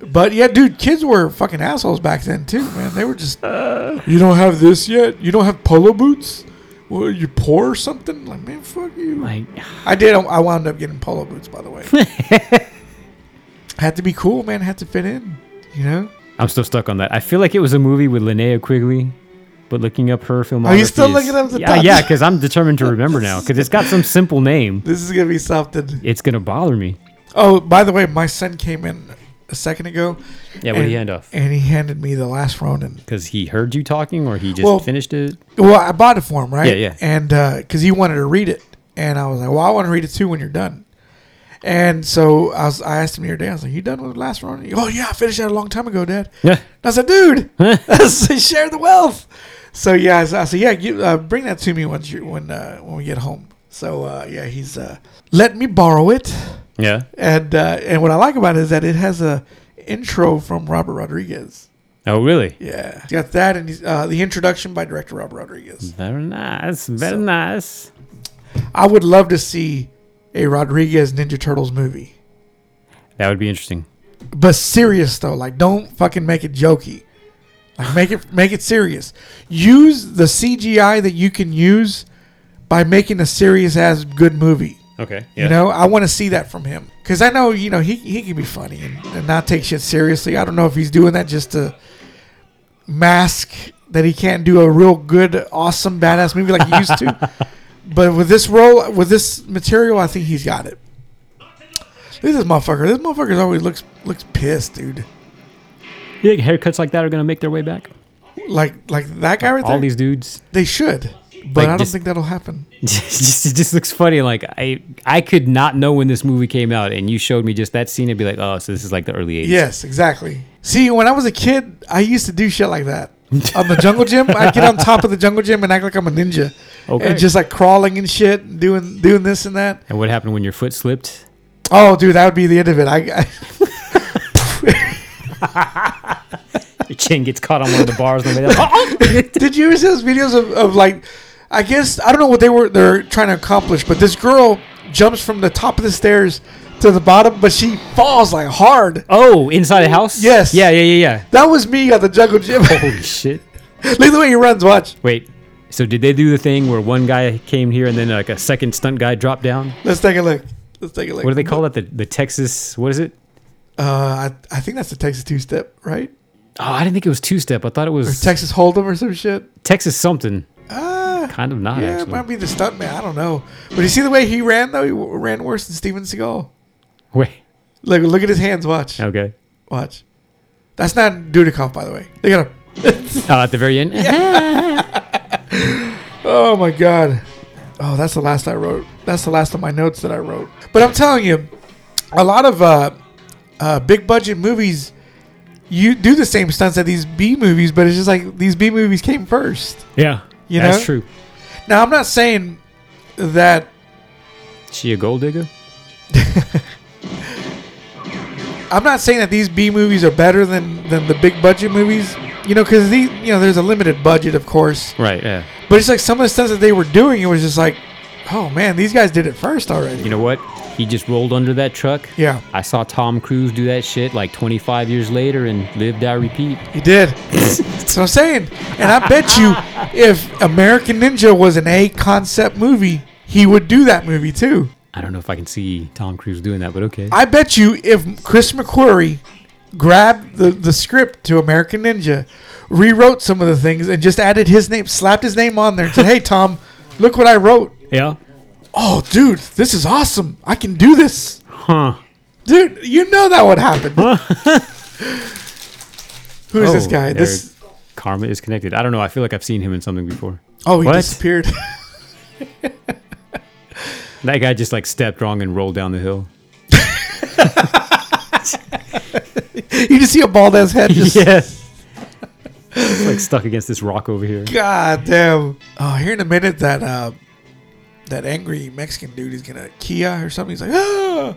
But yeah, dude, kids were fucking assholes back then too, man. They were just, you don't have this yet. You don't have polo boots. Well, you poor or something? Like, man, fuck you.
Like,
I did. I wound up getting polo boots, by the way. had to be cool, man. Had to fit in, you know.
I'm still stuck on that. I feel like it was a movie with Linnea Quigley, but looking up her film.
you still looking up the
Yeah,
top?
yeah, because I'm determined to remember now because it's got some simple name.
This is gonna be something.
It's gonna bother me.
Oh, by the way, my son came in a second ago.
Yeah, what
and,
do you hand off?
And he handed me the last Ronin.
Because he heard you talking, or he just
Well-
finished it.
Well, I bought it for him, right?
Yeah, yeah.
And because he wanted to read it, and I was like, "Well, I want to read it too when you're done." And so I was, I asked him the other day. I was like, "You done with the last Ronin?" He, oh yeah, I finished that a long time ago, Dad.
Yeah.
And I said, "Dude, I said, share the wealth." So yeah, I said, I said, "Yeah, you, uh, bring that to me once you when uh, when we get home." So uh, yeah, he's uh, let me borrow it.
Yeah.
and uh, and what I like about it is that it has a intro from Robert Rodriguez.
Oh, really?
Yeah, you got that, and he's- uh, the introduction by director Robert Rodriguez.
Very nice. Very nice.
I would love to see a Rodriguez Ninja Turtles movie,
That would be interesting.
but serious though. Like, don't fucking make it jokey. Like, make it make it serious. Use the CGI that you can use by making a serious as good movie.
Okay.
You know, I want to see that from him because I know you know he he can be funny and, and not take shit seriously. I don't know if he's doing that just to mask that he can't do a real good, awesome, badass movie like he used to. But with this role, with this material, I think he's got it. Look at this motherfucker. This motherfucker always looks looks pissed, dude.
You think haircuts like that are gonna make their way back?
Like like that guy right there.
All these dudes.
they should, but
Like,
I don't
just-
think that'll happen.
just, it just looks funny. Like I, I could not know when this movie came out, and you showed me just that scene, and be like, oh, so this is like the early '80s.
Yes, exactly. See, when I was a kid, I used to do shit like that. on the jungle gym, I'd get on top of the jungle gym and act like I'm a ninja.
Okay.
And just like crawling and shit, and doing doing this and that.
And what happened when your foot slipped?
Oh, dude, that would be the end of it. I, I
Your chin gets caught on one of the bars. And the
did you ever see those videos of, of like, I guess I don't know what they were they're trying to accomplish, but this girl jumps from the top of the stairs to the bottom, but she falls like hard.
oh, inside a house.
Yes.
Yeah, yeah, yeah,
That was me at the jungle gym.
yeah. Holy shit!
Look at the way he runs. Watch.
Wait. So did they do the thing where one guy came here and then like a second stunt guy dropped down?
Let's take a look. Let's take a look.
What do they call that? The the Texas what is it?
Uh, I, I think that's the Texas two step, right?
Oh, I didn't think it was two step. I thought it was
Texas Hold'em or some shit.
Texas something.
Ah,
Kind of not
yeah, it
actually.
might be the stuntman. I don't know. But you see the way he ran though. He w- ran worse than Steven Seagal.
Wait.
Look, look at his hands. Watch,
Okay.
watch. That's not Dudikoff, by the way. They got a.
Oh, at the very end.
oh my god. Oh, that's the last I wrote. That's the last of my notes that I wrote. But I'm telling you, a lot of uh, uh, big budget movies, you do the same stunts that these B movies, but it's just like these B movies came first.
yeah,
You
that's
know?
true.
Now I'm not saying that
She a gold digger?
I'm not saying that these B movies are better than than the big budget movies. You know, because these you know there's a limited budget, of course.
Right. Yeah.
But it's like some of the stunts that they were doing, it was just like, oh man, these guys did it first already.
You know what? He just rolled under that truck.
Yeah.
I saw Tom Cruise do that shit like 25 years later and live, die, repeat.
He did. That's what I'm saying. And I bet you, if American Ninja was an A concept movie, he would do that movie too.
I don't know if I can see Tom Cruise doing that, but okay.
I bet you, if Chris McQuarrie grabbed the, the script to American Ninja, rewrote some of the things, and just added his name, slapped his name on there, and said, "Hey Tom, look what I wrote."
yeah.
Oh, dude, this is awesome. I can do this.
Huh.
Dude, you know that would happen. Who is this
Oh,
guy?
there-
This
karma is connected. I don't know. I feel like I've seen him in something before.
oh, he
What?
disappeared.
That guy just like stepped wrong and rolled down the hill.
you just see a bald ass head. Just
yes. It's like stuck against this rock over here.
god damn. Oh, here in a minute that uh, that angry Mexican dude is gonna Kia or something. He's like ah,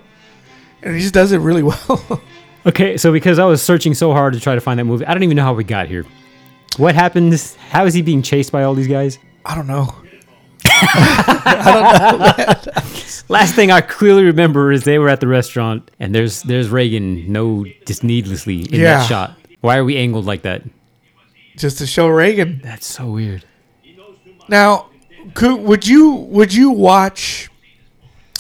and he just does it really well.
Okay, so because I was searching so hard to try to find that movie, I don't even know how we got here. What happens? How is he being chased by all these guys?
I don't know.
Last thing I clearly remember is they were at the restaurant and there's there's Reagan no just needlessly in
Yeah.
that shot. Why are we angled like that?
Just to show Reagan.
That's so weird.
Now, could would you would you watch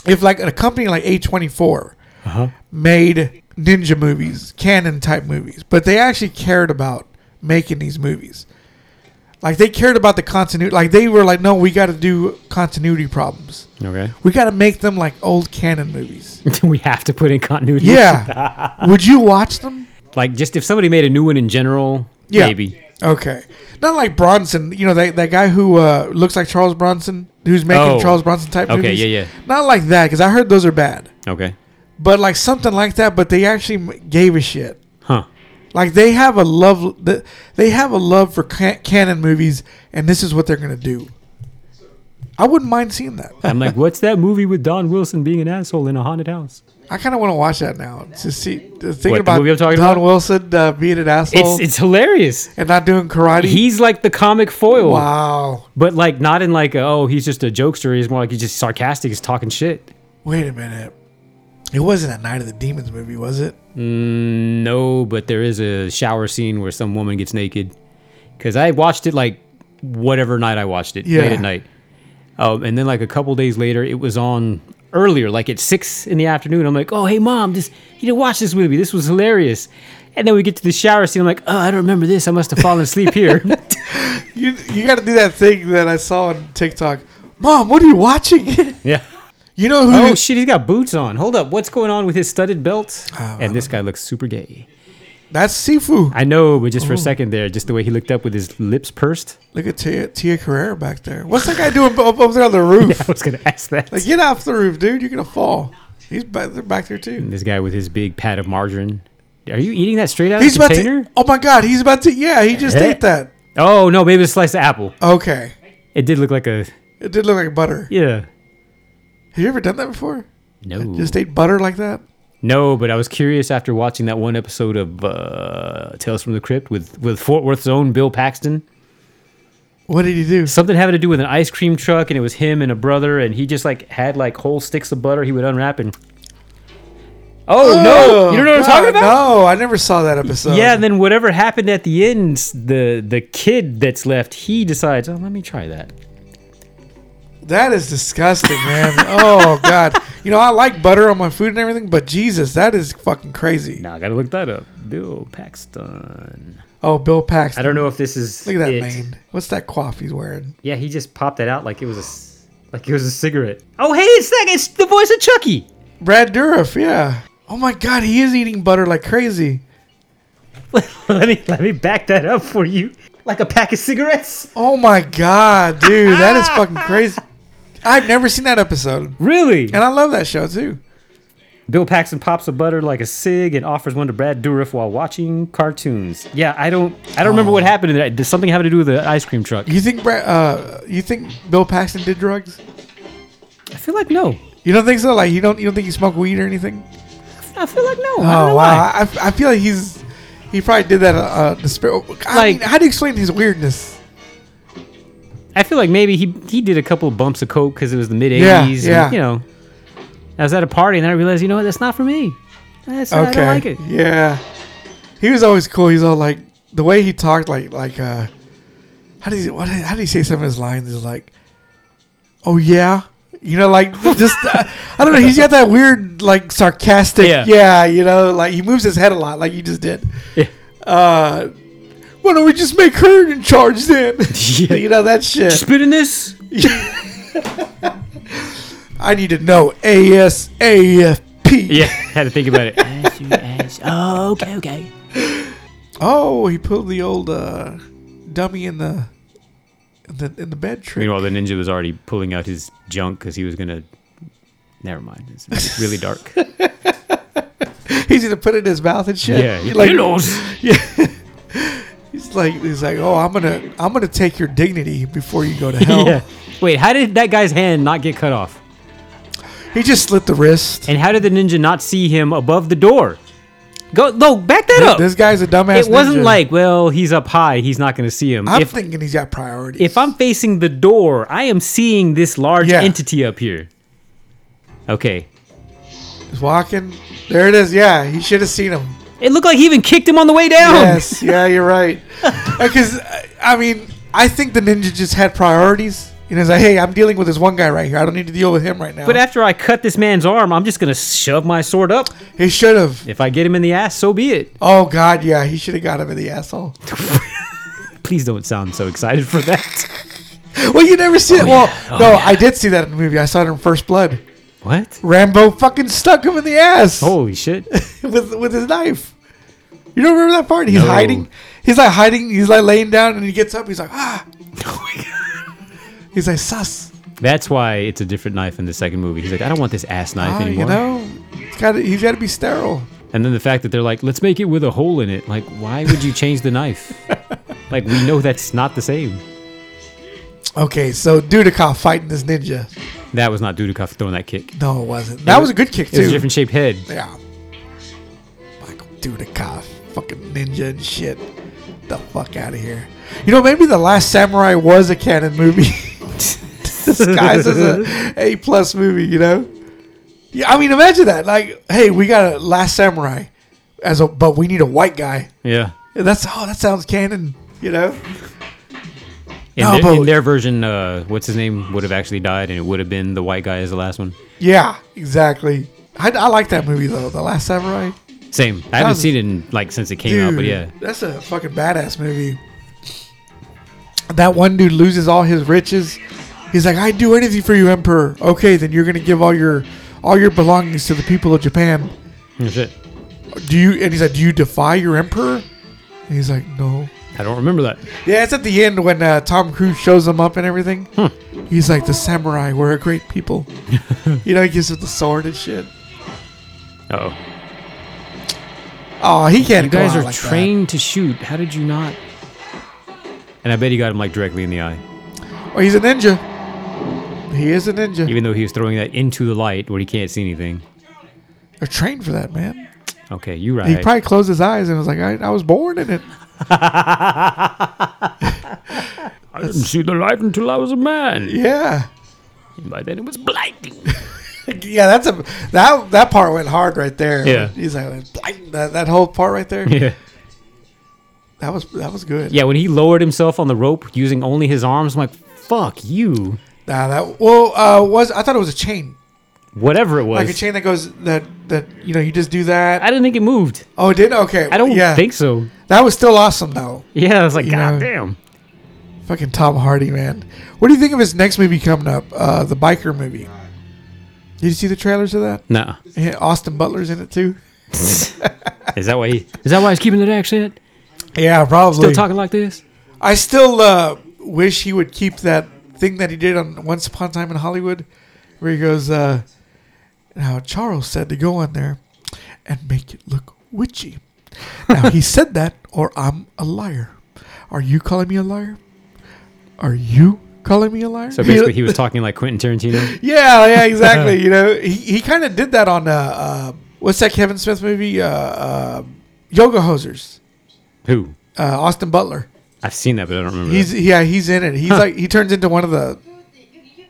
if like a company like A twenty four
Uh-huh.
made ninja movies, canon type movies, but they actually cared about making these movies. Like they cared about the continuity. Like they were like, no, we got to do continuity problems.
Okay.
We got to make them like old canon movies.
we have to put in continuity.
Yeah. would you watch them?
Like just if somebody made a new one in general,
Yeah.
maybe.
Okay. Not like Bronson, you know that that guy who uh, looks like Charles Bronson, who's making
Oh.
Charles Bronson type
Okay,
movies.
yeah, yeah.
Not like that because I heard those are bad.
Okay.
But like something like that, but they actually m- gave a shit.
Huh.
Like they have a love, th- they have a love for ca- canon movies, and this is what they're gonna do. I wouldn't mind seeing that.
I'm like, what's that movie with Don Wilson being an asshole in a haunted house?
I kind of want to watch that now to see. To think
What, the
about
movie I'm
Don
talking about?
Wilson uh, being an asshole
It's it's hilarious.
and not doing karate.
He's like the comic foil,
wow.
but like not in like a, oh he's just a jokester. He's more like he's just sarcastic. He's talking shit.
Wait a minute. It wasn't a Night of the Demons movie, was it?
No, but there is a shower scene where some woman gets naked. Because I watched it like whatever night I watched it,
Yeah.
late at night. Um, and then like a couple days later, it was on earlier, like at six in the afternoon. I'm like, oh hey mom, this you need to watch this movie. This was hilarious. And then we get to the shower scene. I'm like, oh, I don't remember this. I must have fallen asleep here.
You you got to do that thing that I saw on TikTok. Mom, what are you watching?
yeah.
you know who?
Oh shit, he's got boots on. Hold up, what's going on with his studded belt?
Oh,
and this guy looks super gay.
that's Sifu.
I know, but just for a second there, just the way he looked up with his lips pursed.
Look at Tia, Tia Carrera back there. What's that guy doing up, up there on the roof?
I was gonna ask that.
Like, get off the roof, dude. You're gonna fall. He's back, they're back there too.
This guy with his big pad of margarine. Are you eating that straight out
He's
of the
about
container?
to. Oh my God, he's about to. Yeah, he just
Eh.
ate that.
Oh no, maybe a slice of apple.
Okay,
It did look like a
it did look like butter.
yeah.
Have you ever done that before?
No,
Just ate butter like that?
no, but I was curious after watching that one episode of uh, Tales from the Crypt with with Fort Worth's own Bill Paxton.
What did he do?
Something having to do with an ice cream truck, and it was him and a brother, and he just like had like whole sticks of butter he would unwrap and. Oh, no! You don't know what I'm talking
God,
about?
No, I never saw that episode.
Yeah, and then whatever happened at the end, the the kid that's left, he decides, oh, let me try that.
That is disgusting, man. oh god. You know, I like butter on my food and everything, but Jesus, that is fucking crazy.
Now I gotta look that up. Bill Paxton.
Oh, Bill Paxton.
I don't know if this is.
Look at that
it.
mane. What's that quaff he's wearing?
Yeah, he just popped that out like it was a s- like it was a cigarette. Oh, hey, it's that. It's the voice of Chucky.
Brad Dourif, yeah. Oh my god, he is eating butter like crazy.
let me let me back that up for you, like a pack of cigarettes.
Oh my god, dude, that is fucking crazy. I've never seen that episode,
Really?
and I love that show too.
Bill Paxton pops a butter like a cig and offers one to Brad Dourif while watching cartoons. Yeah, I don't I don't remember what happened in that. Did something happen to do with the ice cream truck?
Oh. You think Brad, uh, you think Bill Paxton did drugs?
I feel like no.
You don't think so? Like you don't you don't think he smoked weed or anything?
I feel like no. I don't
Oh
know
wow,
why.
I, I feel like he's he probably did that. Uh, uh despair. I
Like-
mean, how do you explain his weirdness?
I feel like maybe he he did a couple of bumps of coke because it was the mid
Yeah,
'80s.
yeah.
And, you know, I was at a party and I realized, you know what, that's not for me. That's, I don't like it.
Yeah. He was always cool. He's all like the way he talked, like like uh how does he what how do you say some of his lines is like Oh yeah? You know, like just uh, I don't know, he's got that weird, like sarcastic
Yeah.
yeah. you know, like he moves his head a lot like you just did.
Yeah.
Uh why don't we just make her in charge then?
Yeah.
you know that shit.
Spitting this?
I need to know ASAFP.
Yeah, had to think about it.
Oh, okay, okay.
Oh, he pulled the old uh, dummy in the in the in the bed trick.
Meanwhile, the ninja was already pulling out his junk because he was gonna. Never mind. It's really dark.
He's gonna put it in his mouth and shit.
yeah,
He
he
like,
pillows.
he's like he's like, oh, I'm gonna I'm gonna take your dignity before you go to hell.
Yeah.
Wait, how did that guy's hand not get cut off?
He just slit the wrist.
And how did the ninja not see him above the door? Go, no, back that up.
This guy's a dumbass.
it wasn't
ninja.
like, well, he's up high, he's not going to see him.
I'm
if
thinking he's got priorities.
if I'm facing the door, I am seeing this large
Yeah.
entity up here. Okay.
he's walking, there it is. Yeah, he should have seen him.
It looked like he even kicked him on the way down.
Yes, yeah, you're right. Because I mean, I think the ninja just had priorities. You know, he's like, hey, I'm dealing with this one guy right here. I don't need to deal with him right now.
But after I cut this man's arm, I'm just going to shove my sword up.
he should have.
If I get him in the ass, so be it.
Oh God, yeah, he should have got him in the asshole.
Please don't sound so excited for that.
Well, you never
Oh,
see it. Well, no, I did see that in the movie. I saw it in First Blood.
what?
Rambo fucking stuck him in the ass
Holy shit.
with with his knife. You don't remember that part? He's
No.
hiding. He's like hiding. He's like laying down, and he gets up. He's like, ah. He's like, sus.
That's why it's a different knife in the second movie. He's like, I don't want this ass knife
Ah,
anymore.
you know, it's got. He's got to be sterile.
And then the fact that they're like, let's make it with a hole in it. Like, why would you change the knife? like, we know that's not the same.
Okay, so Dudikoff fighting this ninja.
That was not Dudikoff throwing that kick.
No, it wasn't. That was a good kick
It was
too.
a different shaped head.
Yeah. Michael Dudikoff, fucking ninja and shit. The fuck out of here. You know, maybe the Last Samurai was a canon movie. Disguised as a A plus movie, you know. Yeah, I mean, imagine that. Like, hey, we got a Last Samurai, as a but we need a white guy.
Yeah.
And that's oh, that sounds canon, you know.
In,
No,
their, in
but-
their version, uh, what's his name would have actually died, and it would have been the white guy as the last one.
Yeah, exactly. I, I like that movie though, The Last Samurai.
Same. I haven't
was-
seen it in, like since it came
Dude,
out, but yeah.
that's a fucking badass movie. That one dude loses all his riches. He's like, I'd do anything for you, Emperor. Okay, then you're gonna give all your all your belongings to the people of Japan.
Oh, Shit.
Do you? And he's like, Do you defy your Emperor? And he's like, No.
I don't remember that.
Yeah, it's at the end when uh, Tom Cruise shows him up and everything.
Hmm.
He's like, The samurai were a great people. you know, he gives him the sword and shit.
Oh.
Oh, he can't.
You
go
guys
out
are
like that.
trained to shoot. How did you not? And I bet he got him like directly in the eye,
Oh, he's a ninja. He is a ninja.
even though he was throwing that into the light where he can't see anything.
They're trained for that, man.
Okay, you right.
He probably closed his eyes and was like, I, I was born in it.
I didn't see the light until I was a man.
Yeah.
By then it was blinding.
Yeah, that's a that that part went hard right there.
Yeah.
He's like "Blank," that, that whole part right there.
yeah.
That was that was good.
Yeah, when he lowered himself on the rope using only his arms, I'm like, fuck you.
Nah, that well uh was I thought it was a chain.
Whatever it was.
Like a chain that goes that that you know, you just do that.
I didn't think it moved.
oh, it did? Okay.
I don't
yeah.
think so.
that was still awesome though.
Yeah, I was like,
You know.
god damn.
Fucking Tom Hardy, man. What do you think of his next movie coming up? Uh the biker movie. Did you see the trailers of that?
Nah.
Yeah, Austin Butler's in it too.
Is that why he Is that why he's keeping that accent?
Yeah, probably.
Still talking like this?
I still uh, wish he would keep that thing that he did on Once Upon a Time in Hollywood, where he goes, uh, "Now Charles said to go on there and make it look witchy." Now he said that, or I'm a liar. Are you calling me a liar? Are you calling me a liar?
So basically, he was talking like Quentin Tarantino.
yeah, yeah, exactly. you know, he, he kind of did that on uh, uh, what's that Kevin Smith movie? Uh, uh, Yoga Hosers.
Who?
Uh, Austin Butler.
I've seen that, but I don't remember.
He's
that.
yeah, he's in it. He's like he turns into one of the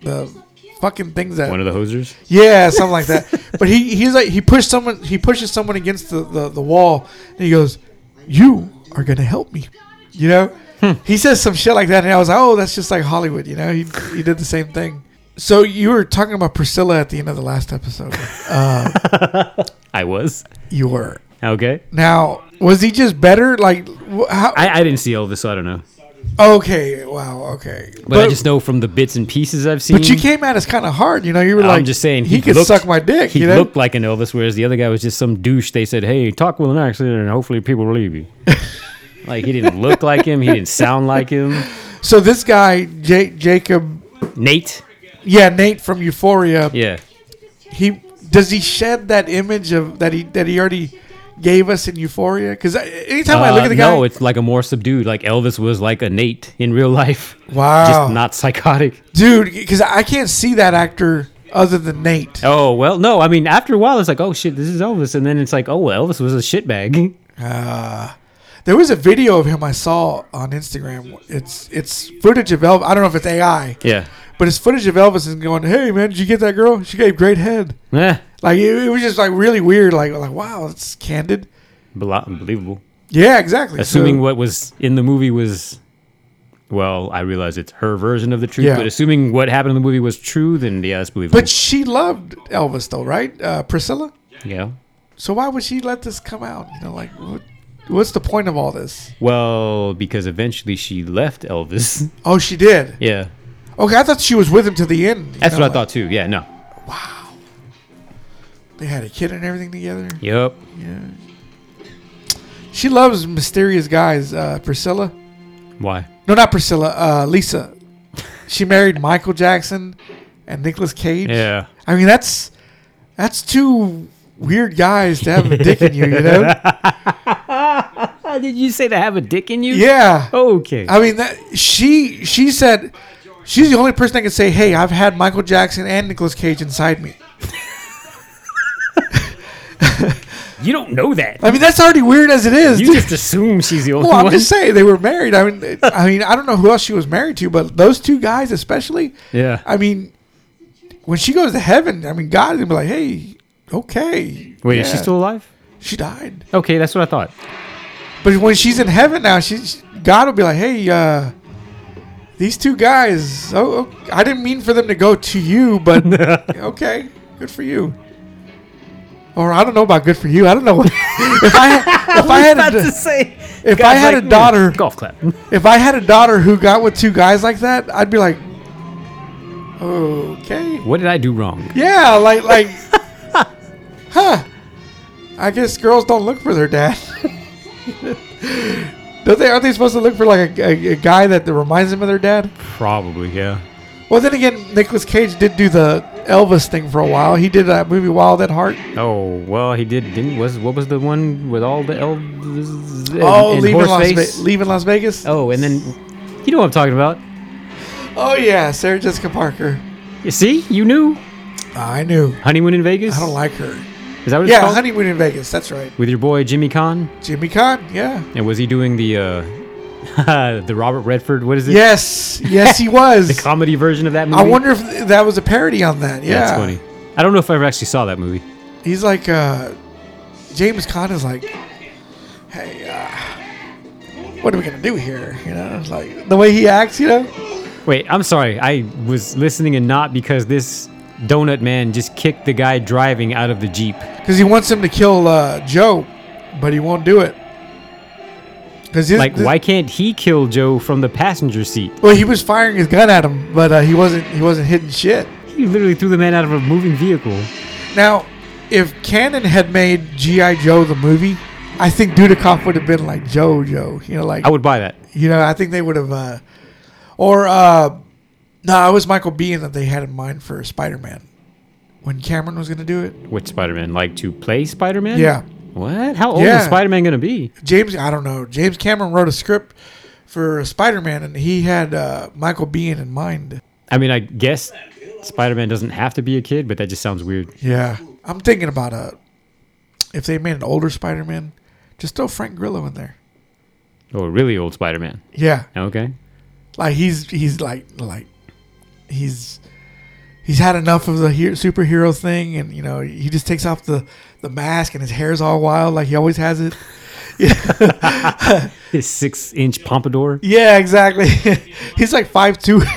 the fucking things that
one of the hosers.
yeah, something like that. But he he's like he pushed someone he pushes someone against the the, the wall and he goes, "You are gonna help me," you know.
Hmm.
He says some shit like that, and I was like, "Oh, that's just like Hollywood," you know. He he did the same thing. So you were talking about Priscilla at the end of the last episode. Uh,
I was
You were.
okay.
Now, was he just better? Like, wh- how?
I, I didn't see Elvis, so I don't know.
okay, wow, okay.
But, I just know from the bits and pieces I've seen.
But you came at us kind of hard, you know. You were
Mm. I'm
like,
just saying
he, could
looked-
suck my dick.
He
you know?
looked like an Elvis, whereas the other guy was just some douche. They said, "Hey, talk with an accent, and hopefully people believe you." like he didn't look like him. He didn't sound like him.
so this guy, Ja- Jacob,
Nate.
yeah, Nate from Euphoria,
Yeah.
he does he shed that image of that he that he already gave us in Euphoria? Because anytime I look
Uh,
at the guy,
No, it's like a more subdued. Like Elvis was like a Nate in real life.
Wow.
Just not psychotic.
dude, because I can't see that actor other than Nate.
Oh well, no. I mean, after a while, it's like, oh shit, this is Elvis, and then it's like, oh well, Elvis was a shitbag.
There was a video of him I saw on Instagram. It's it's footage of Elvis. I don't know if it's AI,
Yeah.
but it's footage of Elvis and going, "Hey man, did you get that girl? She gave great head."
Eh,
Like it, it was just like really weird. Like like wow, it's candid.
bel- unbelievable.
Yeah, exactly.
Assuming
So-
what was in the movie was, well, I realize it's her version of the truth,
Yeah.
but assuming what happened in the movie was true, then yeah, that's believable.
But she loved Elvis, though, right? Uh, Priscilla.
yeah.
So why would she let this come out? You know, like what, what's the point of all this?
Well, because eventually she left Elvis.
Oh, she did.
yeah.
Okay, I thought she was with him to the end. you
That's
know,
what I
like,
thought too. Yeah. No.
They had a kid and everything together.
Yep.
She loves mysterious guys. Uh, Priscilla.
Why?
No, not Priscilla. Uh, Lisa. She married Michael Jackson and Nicolas Cage.
Yeah.
I mean, that's that's two weird guys to have a dick in you. You know?
Ah, did you say to have a dick in you?
Yeah.
Okay.
I mean, that she she said she's the only person that can say, "Hey, I've had Michael Jackson and Nicolas Cage inside me."
you don't know that.
I mean, that's already weird as it is.
You just assume she's the only
well, I'm
one.
just saying they were married. I mean, I mean, I don't know who else she was married to, but those two guys, especially.
Yeah.
I mean, when she goes to heaven, I mean, God is gonna be like, "Hey, okay."
Wait, is
yeah."
she still alive?
She died,
Okay, that's what I thought.
but when she's in heaven now, she she- God will be like, "Hey, uh." These two guys. Oh, oh, I didn't mean for them to go to you, but okay, good for you. Or I don't know about good for you. I don't know. if I if I had a, da-
say,
if I had a daughter,
golf clap.
if I had a daughter who got with two guys like that, I'd be like, okay,
What did I do wrong?
yeah, like like, huh? I guess girls don't look for their dad. Don't they? Aren't they supposed to look for like a, a, a guy that reminds them of their dad?
Probably, yeah.
Well, then again, Nicolas Cage did do the Elvis thing for a while. He did that movie Wild at Heart.
Oh well, he did. Didn't was what was the one with all the elves? And,
Oh,
and
leaving
horse
Las,
face?
Ve- leaving Las Vegas.
oh, and then you know what I'm talking about.
Oh yeah, Sarah Jessica Parker.
You see, you knew
I knew.
honeymoon in Vegas.
I don't like her.
Is that what it's
Yeah,
called?
honeymoon in Vegas. That's right.
With your boy Jimmy Kahn,
Jimmy Cotton, yeah.
and was he doing the uh the Robert Redford? What is it?
Yes, yes, he
the
was.
comedy version of that movie.
I wonder if th- that was a parody on that. Yeah,
That's funny. I don't know if I ever actually saw that movie.
He's like, uh, James Conn is like, hey, uh, what are we gonna do here? You know, it's like the way he acts. You know,
Wait, I'm sorry. I was listening and not because this donut man just kicked the guy driving out of the Jeep.
because he wants him to kill uh, Joe, but he won't do it. Because
Like, why can't he kill Joe from the passenger seat?
Well, he was firing his gun at him, but uh, he wasn't. He wasn't hitting shit.
He literally threw the man out of a moving vehicle.
Now, if Cannon had made GI Joe the movie, I think Dudikoff would have been like JoJo. You know, like
I would buy that.
you know, I think they would have. Uh, or uh, no, it was Michael Biehn that they had in mind for Spider Man when Cameron was going to do it.
Which Spider Man? Like to play Spider Man?
Yeah.
What? How old
Yeah.
is Spider Man gonna be?
James, I don't know. James Cameron wrote a script for Spider Man, and he had uh, Michael Biehn in mind.
I mean, I guess Spider Man doesn't have to be a kid, but that just sounds weird.
Yeah, I'm thinking about a if they made an older Spider Man, just throw Frank Grillo in there.
Oh, really old Spider Man.
Yeah,
Okay.
like he's he's like like he's he's had enough of the he- superhero thing, and you know he just takes off the the mask and his hair's all wild like he always has it.
His six inch pompadour.
Yeah, exactly. he's like five two.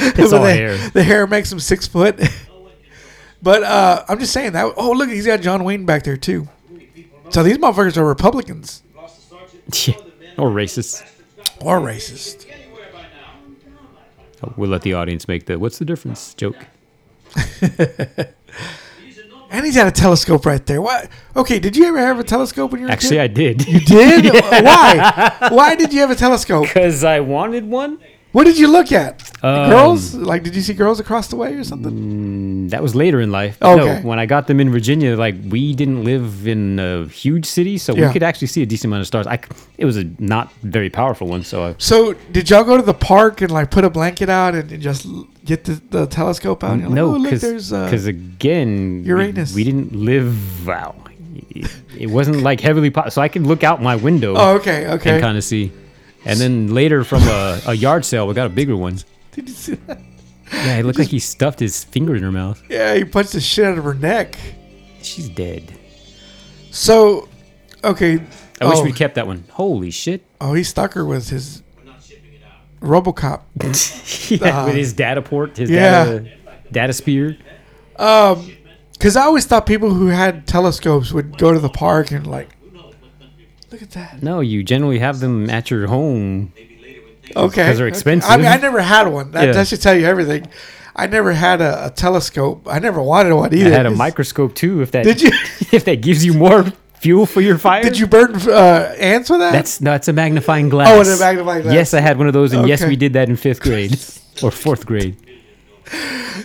It's all
the,
hair.
the hair makes him six foot. but uh, I'm just saying that. Oh, look, he's got John Wayne back there too. So these motherfuckers are Republicans
Yeah. Or Oh, racist.
or racist.
Oh, We'll let the audience make the what's the difference joke.
And he's had a telescope right there. What? Okay, did you ever have a telescope when you were
Actually,
a
I did.
kid? Actually, I did. Why? Why did you have a telescope?
Because I wanted one?
What did you look at?
Um, Mm.
girls? Like, did you see girls across the way or something?
That was later in life.
Okay.
when I got them in Virginia, like we didn't live in a huge city, so
Yeah.
we could actually see a decent amount of stars. I, c- it was a not very powerful one, so I,
So, did y'all go to the park and like put a blanket out and, and just l- get the, the telescope out? And you're like,
no,
"Oh, look,
because
there's uh,
again, we-
Uranus.
We, didn't live. Wow, it, it wasn't like heavily. Po- so I could look out my window
Oh, okay, okay.
and kind of see. And then later from a, a yard sale, we got a bigger one.
Did you see that?
Yeah, it looked like he stuffed his finger in her mouth.
Yeah, he punched the shit out of her neck.
She's dead.
So, okay.
I
oh,
wish we'd kept that one. Holy shit.
oh, he stuck her with his RoboCop.
yeah, with his data port, his
Uh-huh. Yeah.
data, data spear.
Because Um, I always thought people who had telescopes would go to the park and like, look at that.
No, you generally have them at your home.
Okay,
'Cause they're
okay.
expensive.
I mean, I never had one. That,
Yeah.
that should tell you everything. I never had a, a telescope. I never wanted one
I
either.
had a
'cause-
microscope too. If that
Did you-
if that gives you more fuel for your fire,
Did you burn uh, ants with that?
That's no, it's a magnifying glass.
Oh, it's a magnifying glass.
Yes, I had one of those, and yes,
Okay.
we did that in fifth grade or fourth grade.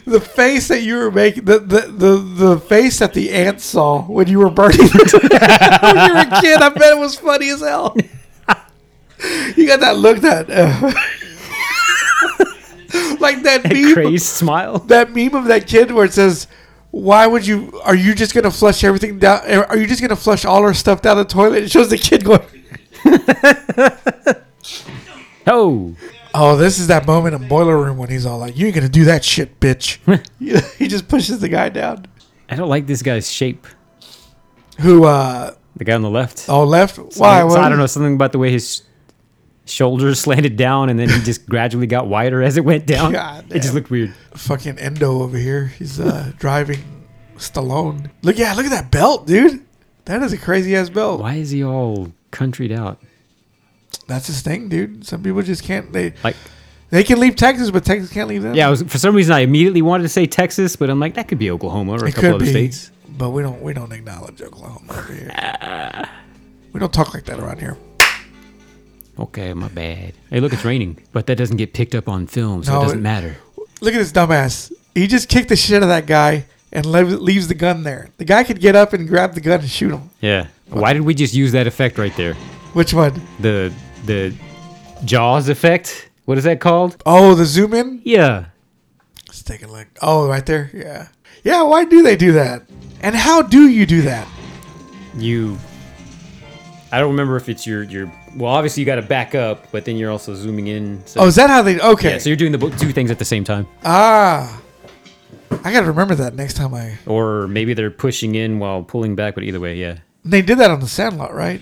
the face that you were making. The, the the the face that the ants saw when you were burning. when you were a kid, I bet it was funny as hell. you got that look that. Uh, like that meme.
Crazed smile.
that meme of that kid where it says, "Why would you? Are you just gonna flush everything down? er, Are you just gonna flush all our stuff down the toilet?" It shows the kid going,
Oh,
"Oh, this is that moment in Boiler Room when he's all like, you ain't gonna do that shit, bitch.'" he just pushes the guy down.
I don't like this guy's shape.
Who? uh
The guy on the left.
Oh, left. Why?
So
What-
I don't know something about the way his shoulders slanted down, and then he just gradually got wider as it went down.
God
it
damn.
just looked weird.
Fucking Endo over here. He's uh driving Stallone. Look, yeah, look at that belt, dude. That is a crazy ass belt.
Why is he all countryed out?
That's his thing, dude. Some people just can't. They
Like,
they can leave Texas, but Texas can't leave them.
yeah, I was, for some reason I immediately wanted to say Texas, but I'm like, that could be Oklahoma or a
It
couple
could
other
be,
states.
but we don't we don't acknowledge Oklahoma over here. we don't talk like that around here.
Okay, my bad. Hey, look, it's raining, but that doesn't get picked up on film, so
No,
it doesn't
it-
matter.
Look at this dumbass. He just kicked the shit out of that guy and lev- leaves the gun there. The guy could get up and grab the gun and shoot him.
Yeah. Why did we just use that effect right there?
Which one?
The the Jaws effect. What is that called?
Oh, the zoom in.
Yeah.
Let's take a look. Oh, right there. Yeah. Yeah. Why do they do that? And how do you do that?
You. I don't remember if it's your your. Well, obviously you got to back up, but then you're also zooming in. So,
Oh, is that how they? Okay.
yeah. So you're doing the bo- two things at the same time,
ah. I gotta remember that next time I.
or maybe they're pushing in while pulling back. But either way, yeah.
They did that on the Sandlot, right?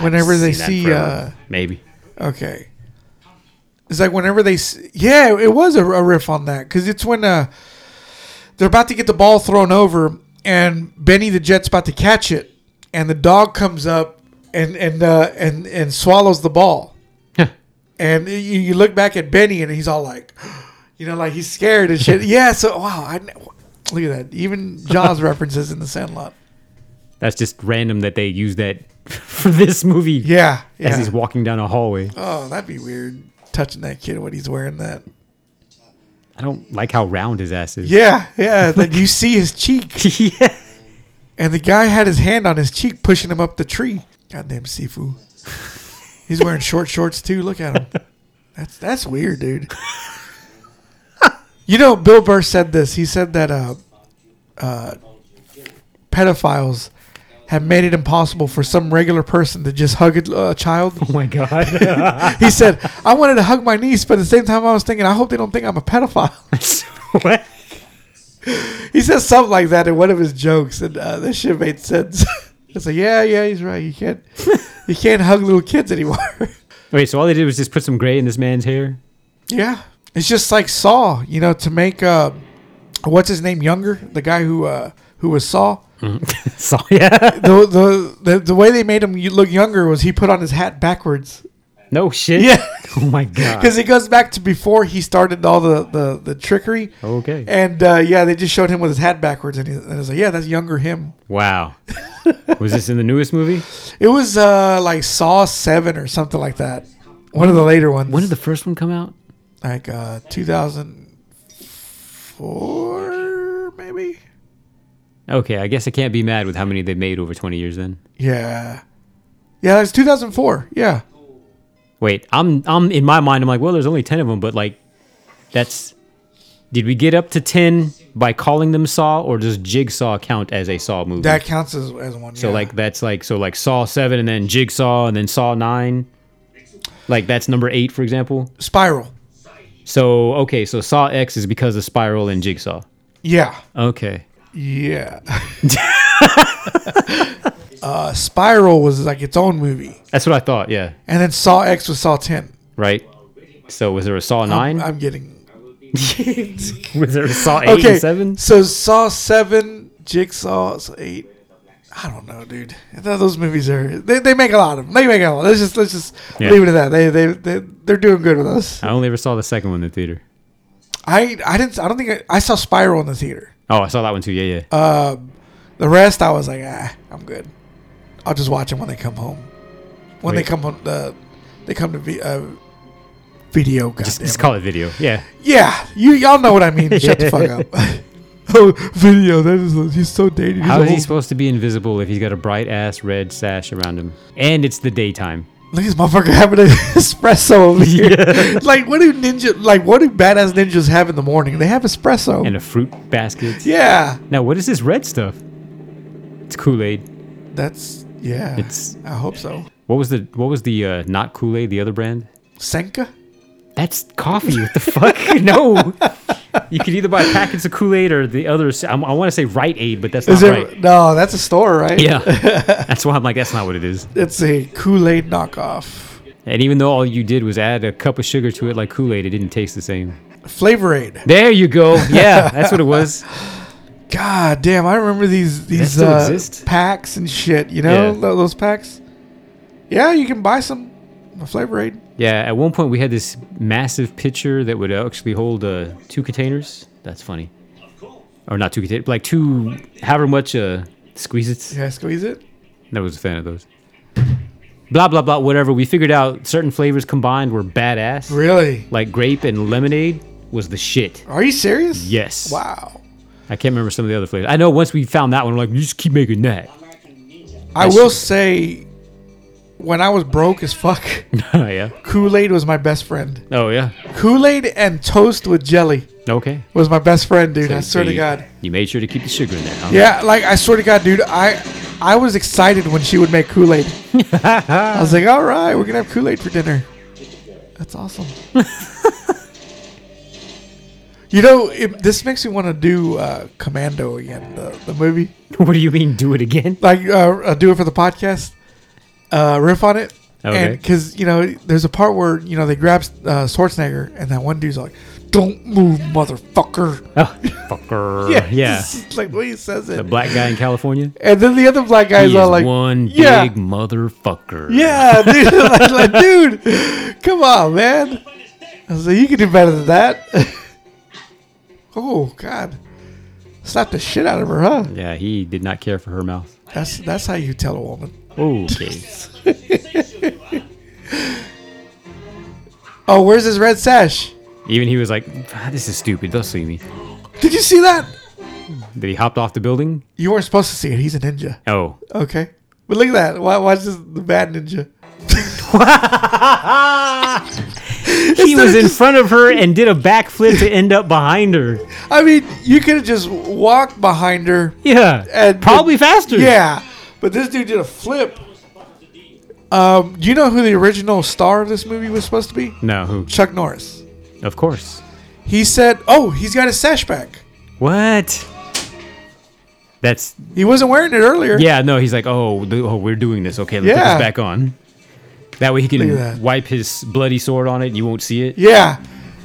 Whenever they
Seen that
see.
forever.
Uh,
maybe.
Okay. It's like whenever they, s- yeah, it was a, a riff on that because it's when uh, they're about to get the ball thrown over and Benny the Jet's about to catch it and the dog comes up and and uh, and and swallows the ball and you, you look back at Benny and he's all like, you know, like he's scared and shit. yeah. So wow, I kn- look at that. Even Jaws references in the Sandlot.
That's just random that they use that for this movie.
Yeah, yeah.
As he's walking down a hallway.
oh, that'd be weird. Touching that kid when he's wearing that.
I don't like how round his ass is.
Yeah, yeah. Like you see his cheek,
yeah.
and the guy had his hand on his cheek, pushing him up the tree. Goddamn Sifu. He's wearing short shorts too. Look at him. That's that's weird, dude. You know, Bill Burr said this. He said that uh, uh, pedophiles have made it impossible for some regular person to just hug a, a child.
Oh my god.
He said, "I wanted to hug my niece, but at the same time, I was thinking, I hope they don't think I'm a pedophile."
what?
he said something like that in one of his jokes, and uh, this shit made sense. it's like, yeah, yeah, he's right. You can't, you can't hug little kids anymore.
Wait, so all they did was just put some gray in this man's hair?
yeah, it's just like Saw, you know, to make uh, what's his name younger, the guy who uh, who was Saw.
So yeah.
The, the the the way they made him y- look younger was he put on his hat backwards.
No shit.
Yeah.
Oh my god.
Ah.
Because it goes back to before he started all the, the, the trickery.
Oh.
Okay.
And uh, yeah, they just showed him with his hat backwards, and, he, and it's like, yeah, that's younger him.
Wow. was this in the newest movie?
It was uh like Saw Seven or something like that. One of the later ones.
When did the first one come out?
like uh 2004 maybe?
Okay, I guess I can't be mad with how many they made over 20 years then.
Yeah, yeah, that was 2004. Yeah,
Wait, I'm I'm in my mind I'm like, well, there's only 10 of them, but like that's did we get up to 10 by calling them Saw or does Jigsaw count as a Saw movie?
that counts as, as one.
so
yeah.
like that's like so like Saw 7 and then Jigsaw and then Saw 9. Like that's number 8 for example.
Spiral.
So okay, so Saw X is because of Spiral and Jigsaw.
Yeah,
Okay.
yeah. uh, Spiral was like its own movie,
That's what I thought, yeah.
and then Saw X was Saw 10.
Right? So was there a Saw 9?
I'm, I'm getting
Was there a Saw 8
okay.
and 7?
So Saw Seven, Jigsaw so Eight. I don't know, dude. I thought Those movies are they, they make a lot of them. They make a lot. Let's just let's just
Yeah.
leave it at that. They they they they're doing good with us.
I only ever saw the second one in the theater.
I I didn't I don't think I, I saw Spiral in the theater. Um,
Oh, I saw that one too. Yeah, yeah.
The rest I was like ah I'm good. I'll just watch them when they come home. When
Wait.
they come on uh, they come to vi- uh, video. Goddamn.
just, just call it video. Yeah.
yeah, you y'all know what I mean. Shut the fuck up. oh, video. That is he's so dated. He's
How is he
old.
supposed to be invisible if he's got a bright ass red sash around him? And it's the daytime.
Look at this motherfucker having an espresso over here. Like, what do ninja? Like, what do badass ninjas have in the morning? They have espresso.
And a fruit basket.
yeah,
Now, what is this red stuff? It's Kool Aid.
that's yeah.
It's-
I hope so.
What was the What was the uh, not Kool Aid? The other brand?
Senka.
That's coffee. What the fuck? No. You could either buy packets of Kool Aid or the other. I, I want to say Right Aid, but that's
Is
not
it?
right.
No, that's a store, right?
Yeah. That's why I'm like, that's not what it is.
It's a Kool Aid knockoff.
And even though all you did was add a cup of sugar to it like Kool Aid, it didn't taste the same.
Flavor Aid.
There you go. Yeah, that's what it was.
God damn, I remember these these
still
uh,
exist?
packs and shit. You know
Yeah.
tho- those packs. Yeah, you can buy some Flavor Aid.
Yeah, at one point we had this massive pitcher that would actually hold uh, two containers. That's funny. Or not two containers, like two, however much uh, squeeze it.
Yeah, squeeze it.
Never was a fan of those. Blah, blah, blah, whatever. We figured out certain flavors combined were badass.
Really?
Like grape and lemonade was the shit.
Are you serious?
Yes.
Wow.
I can't remember some of the other flavors. I know once we found that one, we're like, you just keep making that.
I will say, when I was broke as fuck,
yeah.
Kool Aid was my best friend.
Oh, yeah.
Kool Aid and toast with jelly
Okay.
was my best friend, dude. I
So- so
swear to
you-
God.
You made sure to keep the sugar in there, huh?
Yeah, like I swear to God, dude. I I was excited when she would make Kool Aid. I was like, all right, we're gonna have Kool Aid for dinner. That's awesome. you know, it, this makes me want to do uh, Commando again, the, the movie.
what do you mean, do it again?
like uh, uh, do it for the podcast, uh, riff on it,
Okay.
and because you know there's a part where you know they grab uh, Schwarzenegger and that one dude's like, "Don't move, motherfucker."
Oh, fucker.
it's just like the way he says it.
The black guy in California.
and then the other black guys
He
are
is
like,
one
yeah,
big motherfucker.
yeah, dude, like, like, dude, come on, man." I was like, "You can do better than that." oh God, slapped the shit out of her, huh?
Yeah, he did not care for her mouth.
That's that's how you tell a woman.
Okay.
Oh, where's his red sash?
Even he was like, "Ah, "This is stupid. They'll see me."
Did you see that?
That he hopped off the building.
You weren't supposed to see it. He's a ninja.
Oh,
Okay, but look at that. Why? Why's this the bad ninja?
Ah. he was in
just-
front of her and did a backflip to end up behind her.
I mean, you could have just walked behind her.
Yeah,
And-
probably faster.
Yeah, but this dude did a flip. Um, do you know who the original star of this movie was supposed to be?
No, who?
Chuck Norris.
Of course.
He said, "Oh, he's got his sash back.
What? That's
He wasn't wearing it earlier."
yeah. No, he's like, oh, th- oh, we're doing this. Okay, let's
Yeah.
put this back on. That way he
Look at that.
can wipe his bloody sword on it. and You won't see it.
Yeah.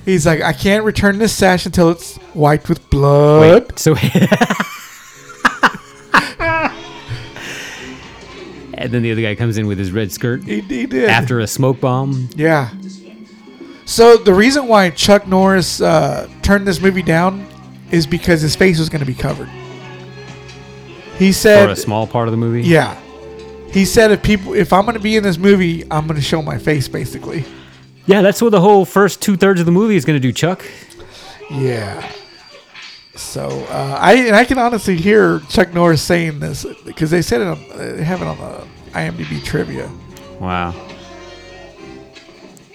He's like, I can't return this sash until it's wiped with
Wait,
blood.
so. and then the other guy comes in with his red skirt
He, he did.
after a smoke bomb.
Yeah. So the reason why Chuck Norris uh, turned this movie down is because his face was going to be covered. He
Or a
said,
small part of the movie.
"Yeah." He said, "If people, if I'm going to be in this movie, I'm going to show my face, basically."
Yeah, that's what the whole first two thirds of the movie is going to do, Chuck.
Yeah. So uh, I and I can honestly hear Chuck Norris saying this because they said it on they have it on uh, the IMDb trivia.
Wow.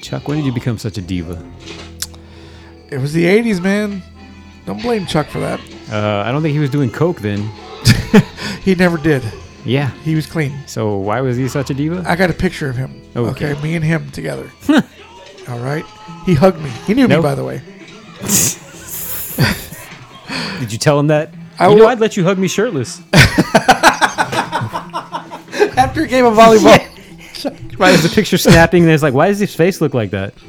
Chuck, when did you become such a diva?
It was the '80s, man. Don't blame Chuck for that.
Uh, I don't think he was doing coke then.
He never did.
Yeah.
He was clean.
So why was he such a diva?
I got a picture of him.
Okay.
Okay, me and him together. All right. He hugged me. He knew
Nope.
me, by the way.
Did you tell him that?
I
you know,
will-
I'd let you hug me shirtless.
After a game of volleyball.
right, there's a picture snapping. There's like, why does his face look like that?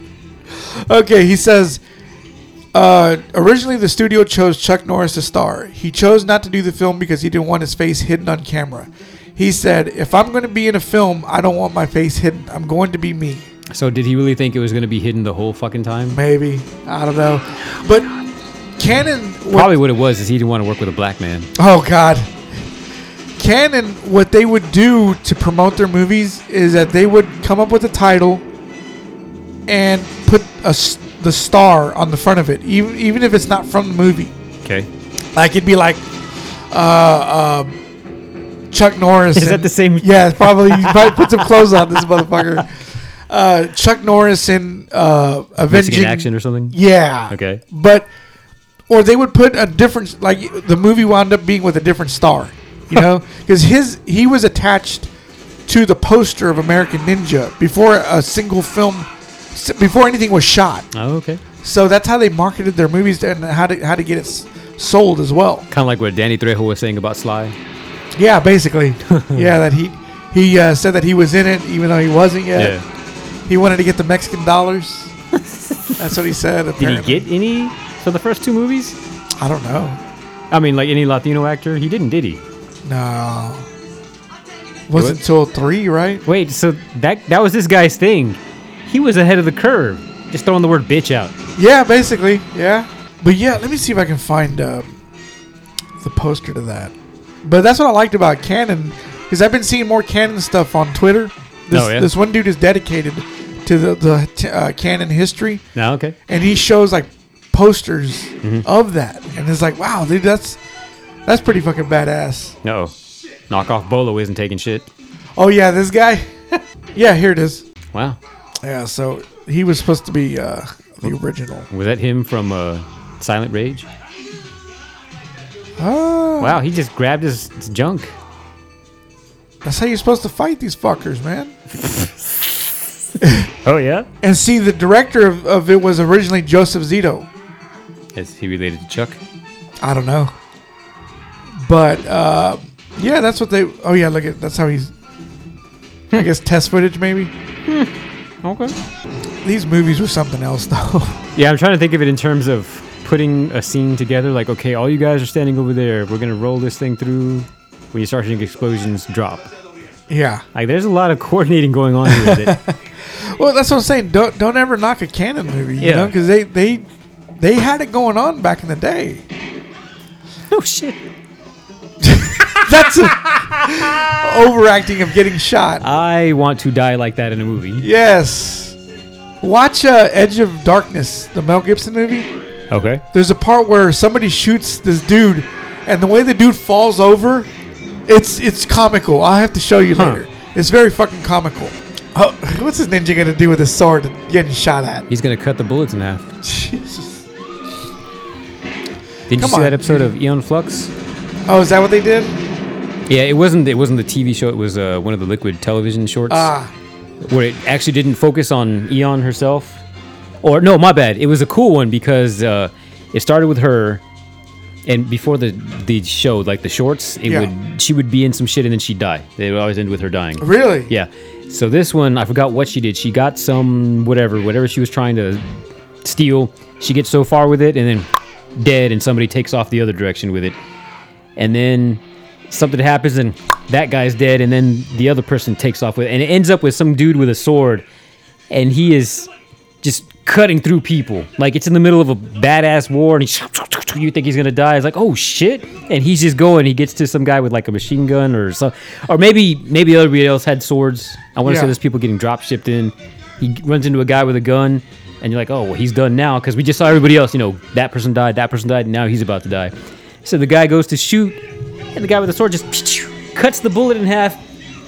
Okay, he says. Uh, originally, the studio chose Chuck Norris to star. He chose not to do the film because he didn't want his face hidden on camera. He said, "If I'm going to be in a film, I don't want my face hidden. I'm going to be me."
So did he really think it was going to be hidden the whole fucking time?
Maybe I don't know, but Cannon was
Probably what it was is he didn't want to work with a black man.
Oh God. Canon, what they would do to promote their movies is that they would come up with a title and put a s the star on the front of it, even even if it's not from the movie.
Okay.
Like it'd be like, uh, um, Chuck Norris.
Is that
and-
the same-
Yeah, it's probably. He probably put some clothes on this motherfucker. Uh, Chuck Norris in uh,
Mexican
Avenging
action or something?
yeah.
Okay.
But or they would put a different like the movie wound up being with a different star, you know, because his he was attached to the poster of American Ninja before a single film, s- before anything was shot.
Oh, okay.
So that's how they marketed their movies and how to how to get it s- sold as well.
Kind of like what Danny Trejo was saying about Sly.
Yeah, basically. yeah, that he he uh, said that he was in it even though he wasn't yet. He wanted to get the Mexican dollars. that's what he said.
Did
Apparently.
he get any for the first two movies?
I don't know.
I mean, like any Latino actor, he didn't, did he?
No. Wasn't until three, right?
Wait, so that that was this guy's thing. He was ahead of the curve, just throwing the word bitch out.
Yeah, basically. Yeah. But yeah, let me see if I can find uh, the poster to that. But that's what I liked about Canon, is I've been seeing more Canon stuff on Twitter. This,
Oh, yeah?
this one dude is dedicated to the, the t- uh, Canon history,
No, okay.
and he shows like posters
Mm-hmm.
of that, and it's like, wow, dude, that's that's pretty fucking badass.
No, knockoff Bolo isn't taking shit.
Oh yeah, this guy. yeah, here it is.
Wow,
Yeah, so he was supposed to be uh, the original.
was that him from uh, Silent Rage?
Oh,
Wow, he just grabbed his, his junk.
that's how you're supposed to fight these fuckers, man.
Oh yeah,
And see, the director of, of it was originally Joseph Zito.
is he related to Chuck?
I don't know, but uh, yeah, that's what they. Oh yeah, look at that's how he's. I guess test footage maybe.
Okay.
These movies were something else though.
Yeah, I'm trying to think of it in terms of putting a scene together. Like, okay, all you guys are standing over there. We're gonna roll this thing through. When you start seeing explosions, drop.
yeah.
Like, there's a lot of coordinating going on here. That,
Well, that's what I'm saying. Don't don't ever knock a canon movie, you
Yeah.
know, because they they they had it going on back in the day.
oh shit.
That's a overacting of getting shot.
I want to die like that in a movie.
Yes. Watch uh, Edge of Darkness, the Mel Gibson movie.
Okay.
There's a part where somebody shoots this dude, and the way the dude falls over, it's it's comical. I'll have to show you later. It's very fucking comical. Oh, what's this ninja gonna do with his sword getting shot at?
He's gonna cut the bullets in half.
Jesus.
Did you
Come
see
on.
that episode of Eon Flux?
Oh, is that what they did?
Yeah, it wasn't. It wasn't the TV show. It was uh, one of the Liquid Television shorts
Ah,
where it actually didn't focus on Eon herself. Or no, my bad. It was a cool one because uh, it started with her, and before the the show, like the shorts, it
Yeah.
would she would be in some shit and then she'd die. They would always end with her dying.
really?
Yeah. So this one, I forgot what she did. She got some whatever, whatever she was trying to steal. She gets so far with it, and then dead, and somebody takes off the other direction with it, and then something happens, and that guy's dead, and then the other person takes off with, it. and it ends up with some dude with a sword, and he is just cutting through people. Like it's in the middle of a badass war, and he, you think he's gonna die. It's like, oh shit! And he's just going. He gets to some guy with like a machine gun or so, or maybe maybe everybody else had swords. I want to
Yeah.
say there's people getting drop shipped in. He runs into a guy with a gun, and you're like, oh, well, he's done now because we just saw everybody else. You know, that person died, that person died, and now he's about to die. So the guy goes to shoot, and the guy with the sword just cuts the bullet in half.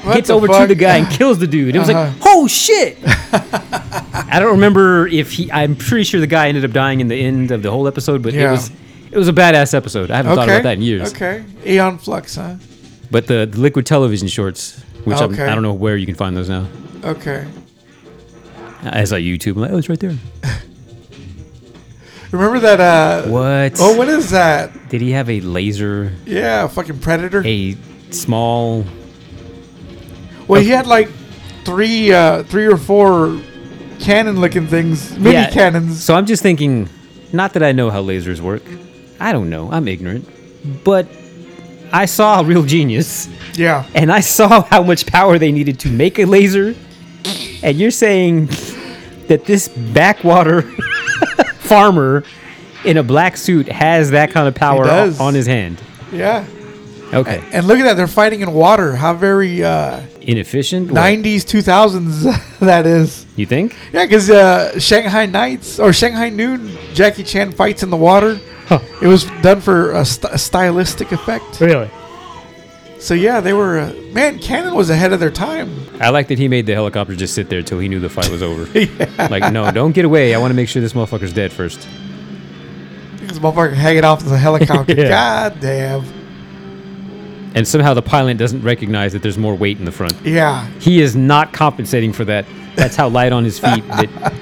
What
gets
the
over to
fuck?
the guy and kills the dude. It was
Uh-huh.
like, oh shit! I don't remember if he. I'm pretty sure the guy ended up dying in the end of the whole episode, but
Yeah.
it was it was a badass episode. I haven't thought about that in years.
Okay. Eon Flux, huh?
But the, the liquid television shorts, which I'm-
Okay.
I don't know where you can find those now,
Okay.
as I YouTube. I'm like, oh, it's right there.
Remember that? uh
What?
Oh, what is that?
Did he have a laser?
Yeah, fucking Predator.
A small?
Well, he had like three, uh three or four cannon-looking things, mini
Yeah.
cannons.
So I'm just thinking, not that I know how lasers work. I don't know. I'm ignorant, but I saw a real genius.
Yeah.
and I saw how much power they needed to make a laser. And you're saying that this backwater farmer in a black suit has that kind of power
does.
on his hand.
Yeah.
Okay.
And look at that, they're fighting in water. How very uh,
Inefficient? or-
90s, 2000s that is.
You think?
Yeah, because uh, Shanghai Nights or Shanghai Noon, Jackie Chan fights in the water.
Huh.
It was done for a, st- a stylistic effect.
Really?
So, yeah, they were. Uh, man, Canon was ahead of their time.
I like that he made the helicopter just sit there till he knew the fight was over. Like, no, don't get away. I want to make sure this motherfucker's dead first.
This motherfucker hanging off the helicopter.
Yeah.
God damn.
And somehow the pilot doesn't recognize that there's more weight in the front.
Yeah.
He is not compensating for that. That's how light on his feet that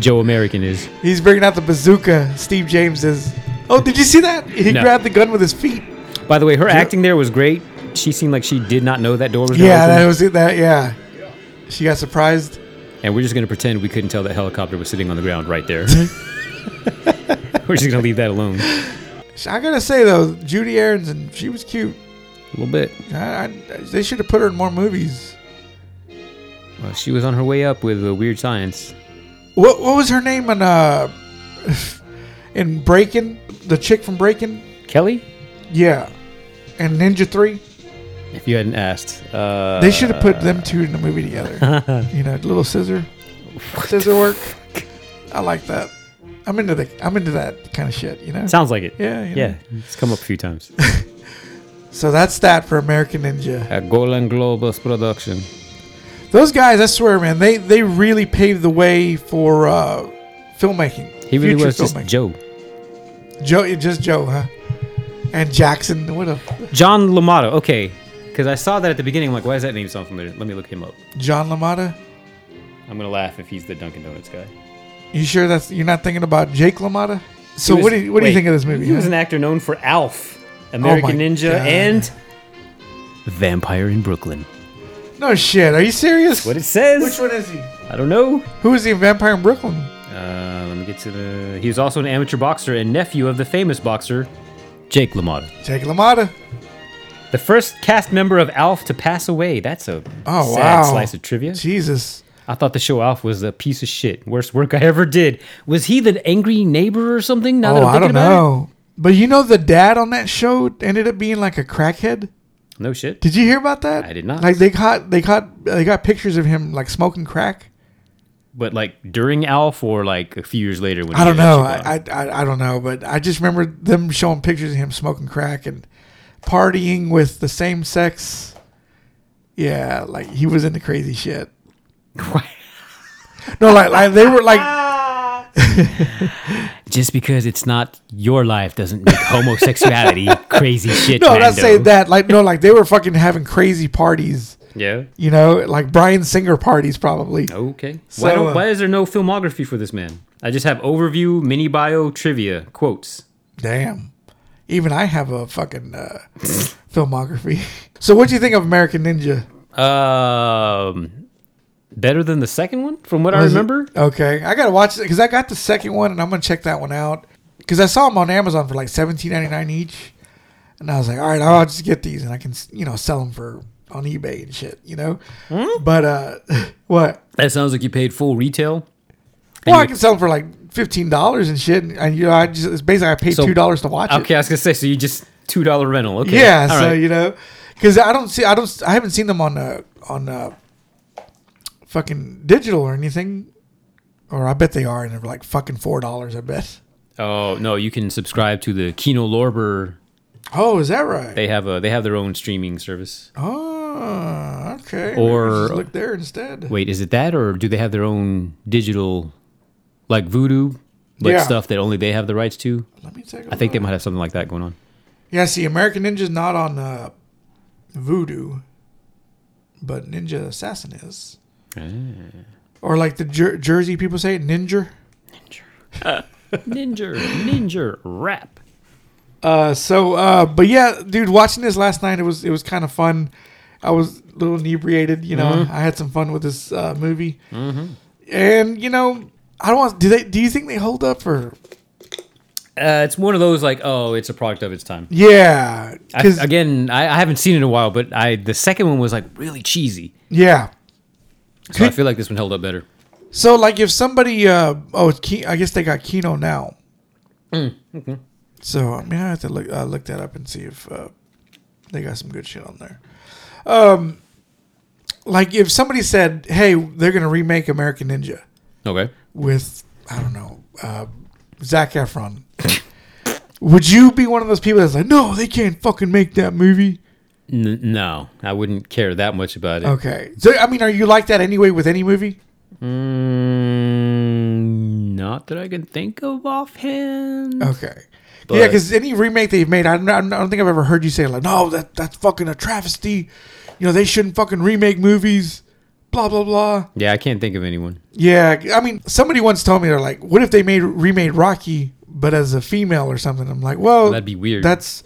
Joe American is.
He's bringing out the bazooka. Steve James is. Oh, did you see that? He
No.
grabbed the gun with his feet.
By the way, her acting there was great. She seemed like she did not know that door was going
Yeah,
open.
that was it. That, yeah. She got surprised.
and we're just going to pretend we couldn't tell that helicopter was sitting on the ground right there.
Mm-hmm.
we're just going to leave that alone. A
I gotta say though, Judy Aarons and she was cute.
little bit.
I, I, they should have put her in more movies.
Well, she was on her way up with uh, Weird Science.
What what was her name in uh in Breaking? The chick from Breaking?
Kelly?
Yeah. And Ninja Three?
If you hadn't asked. Uh,
They should have put them two in the movie together. you know, little scissor scissor work. I like that. I'm into the I'm into that kind of shit, you know?
Sounds like it.
Yeah, you know.
Yeah, it's come up a few times.
So that's that for American Ninja.
At Golan Globus Production.
Those guys, I swear, man, they they really paved the way for uh filmmaking.
He really
Future
was just
filmmaking.
Joe.
Joe, yeah, just Joe, huh? And Jackson, what a
John Lamato. Okay. Because I saw that at the beginning. I'm like, why does that name sound familiar? Let me look him up.
John Lamada.
I'm going to laugh if he's the Dunkin' Donuts guy.
You sure that's you're not thinking about Jake Lamada? So
He was-
what do you, what do you
wait,
think of this movie?
He was
huh? Oh
an actor known for Alf, American
my
Ninja,
God.
and Vampire in Brooklyn.
no shit. Are you serious?
What it says?
Which one is he?
I don't know.
Who is he? in Vampire in Brooklyn.
Uh, let me get to the. He was also an amateur boxer and nephew of the famous boxer Jake LaMotta,
Jake Lamada.
the first cast member of Alf to pass away. That's a
Oh,
sad
wow.
slice of trivia.
Jesus.
I thought the show Alf was a piece of shit. Worst work I ever did. Was he the angry neighbor or something? Now that
Oh,
I'm
I
thinking
don't
about it?
know. But you know, the dad on that show ended up being like a crackhead.
No shit.
Did you hear about that?
I did not.
Like they caught they caught they got pictures of him like smoking crack.
But like during Alf or like a few years later when
I
he
don't
did that
know.
shit
I, I I I don't know, but I just remember them showing pictures of him smoking crack and partying with the same sex. Yeah, like he was into crazy shit.
live?
No, like like they were like
Just because it's not your life doesn't make homosexuality crazy shit.
no, not
Mando.
saying that. Like no, like they were fucking having crazy parties.
Yeah.
You know, like Brian Singer parties probably.
Okay.
So,
why don't,
uh,
why is there no filmography for this man? I just have overview, mini bio, trivia, quotes.
Damn. Even I have a fucking uh, filmography. So what do you think of American Ninja?
Um, better than the second one, from what I
Was it-
remember.
Okay, I gotta watch it because I got the second one and I'm gonna check that one out because I saw them on Amazon for like seventeen ninety nine each, and I was like, all right, I'll just get these and I can you know sell them for on eBay and shit, you know.
Hmm?
But uh, what?
That sounds like you paid full retail.
Well, I
you-
can sell them for like fifteen dollars and shit, and, and, you know, I just it's basically I paid
So-
two dollars to watch
Okay,
it.
I was gonna say, so you just two dollar rental. Okay,
Yeah,
All
so
right.
you know, because I don't see, I don't, I haven't seen them on uh on uh fucking digital or anything, or I bet they are, and they're like fucking four dollars, I bet.
Oh no, you can subscribe to the Kino Lorber.
Oh, is that right?
They have a they have their own streaming service.
oh, okay. Maybe we
Or-
should look there instead.
Wait, is it that, or do they have their own digital, like Voodoo, but
Yeah.
stuff that only they have the rights to?
Let me take. I
I think they might have something like that going on.
Yeah, see, American Ninja's not on uh, Voodoo, but Ninja Assassin is.
Ah.
Or like the Jer- Jersey people say, Ninja.
Ninja, ninja rap.
Uh, so, uh, but yeah, dude, watching this last night, it was it was kind of fun. I was a little inebriated, you know.
Mm-hmm.
I had some fun with this uh, movie, and you know, I don't want. Do they? Do you think they hold up or?
Uh, it's one of those like, oh, it's a product of its time.
Yeah,
I,
'cause-
again, I, I haven't seen it in a while, but I the second one was like really cheesy,
yeah.
so I feel like this one held up better.
So, like, if somebody, uh, oh, it's Ke- I guess they got Kino now.
Mm,
So, I mean, I have to look uh, look that up and see if uh, they got some good shit on there. Um, like, if somebody said, "Hey, they're gonna remake American Ninja
Okay.
with," I don't know, uh, Zach Efron, would you be one of those people that's like, "No, they can't fucking make that movie"?
N- no, I wouldn't care that much about it.
Okay. So, I mean, are you like that anyway with any movie?
Mm, not that I can think of offhand.
Okay. Yeah, 'cause yeah,
But-
because any remake they've made, I don't, I don't think I've ever heard you say like, "No, that that's fucking a travesty." You know, they shouldn't fucking remake movies. Blah blah blah.
Yeah, I can't think of anyone.
Yeah, I mean, somebody once told me they're like, "What if they made remade Rocky, but as a female or something?" I'm like, "Well,
That'd be weird.
That's,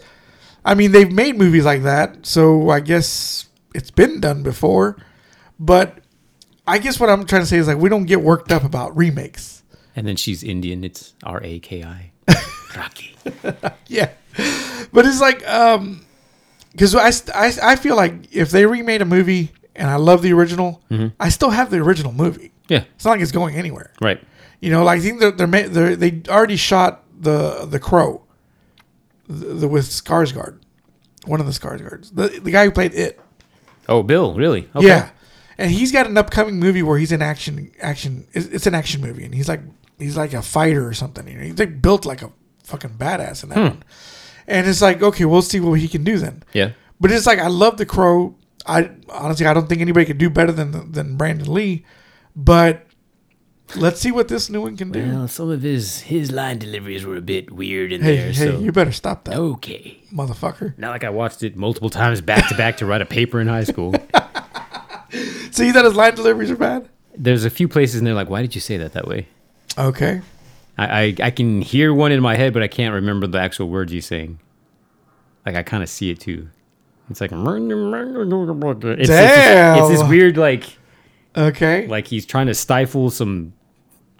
I mean, they've made movies like that, so I guess it's been done before. But I guess what I'm trying to say is like, we don't get worked up about remakes.
And then she's Indian. It's R A K I. Rocky.
yeah but it's like um because I, st- I i feel like if they remade a movie and i love the original
Mm-hmm.
i still have the original movie
Yeah.
it's not like it's going anywhere
Right.
you know like i think they're, they're, ma- they're they already shot the the crow the, the with Skarsgård. one of the Skarsgårds. the, the guy who played it
Oh, Bill. Really? Okay.
yeah and he's got an upcoming movie where he's in action action it's, it's an action movie and he's like he's like a fighter or something you know he's like built like a fucking badass in that one and it's like okay we'll see what he can do then
Yeah.
but it's like I love the Crow. I honestly I don't think anybody could do better than than Brandon Lee. But let's see what this new one can do.
Well, some of his his line deliveries were a bit weird in
hey,
there.
hey,
so
you better stop that,
okay.
motherfucker.
Not like I watched it multiple times back to back to write a paper in high school.
See that his line deliveries are bad.
There's a few places and they're like, why did you say that that way?
Okay.
I, I I can hear one in my head, but I can't remember the actual words he's saying. Like I kind of see it too. It's like it's,
Damn.
It's, this- it's this weird like
Okay.
like he's trying to stifle some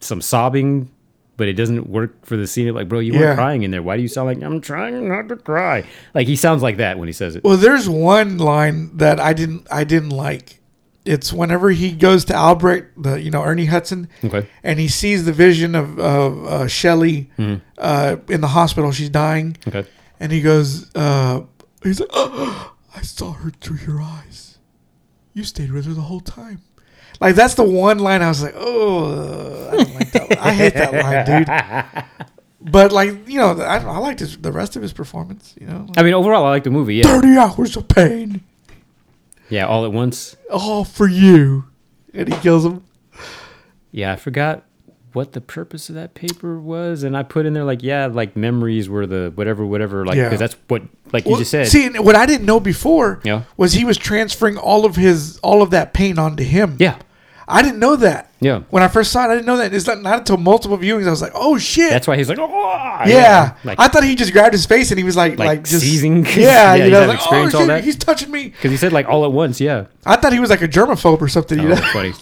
some sobbing, but it doesn't work for the scene. Like, bro, you
Yeah.
weren't crying in there. Why do you sound like I'm trying not to cry? Like he sounds like that when he says it.
well, there's one line that I didn't I didn't like. It's whenever he goes to Albrecht, the you know Ernie Hudson,
Okay.
and he sees the vision of of uh, Shelley
Mm-hmm.
uh, in the hospital. She's dying.
Okay.
and he goes, uh, he's like, "Oh, I saw her through your eyes. You stayed with her the whole time. Like that's the one line I was like, oh, I don't like that. One. I hate that line, dude. But like you know, I, I liked his, the rest of his performance. You know,
I mean, overall, I like the movie. Yeah,
thirty hours of pain,
yeah, all at once.
all for you, and he kills him.
Yeah, I forgot what the purpose of that paper was, and I put in there like, yeah, like memories were the whatever, whatever, like
Yeah.
because that's what, like you just said.
See, and what I didn't know before
Yeah.
was he was transferring all of his all of that pain onto him.
yeah,
I didn't know that.
Yeah.
When I first saw it, I didn't know that. It's not, not until multiple viewings I was like, oh shit.
that's why he's like, oh,
yeah.
like
I thought he just grabbed his face and he was like, like,
Like
just
seizing?
Yeah,
Yeah,
you
he's
know,
had
like, oh
experience all
shit,
that?
he's touching me.
because he said like all at once. Yeah,
I thought he was like a germaphobe or something. you
Oh,
know?
that's funny.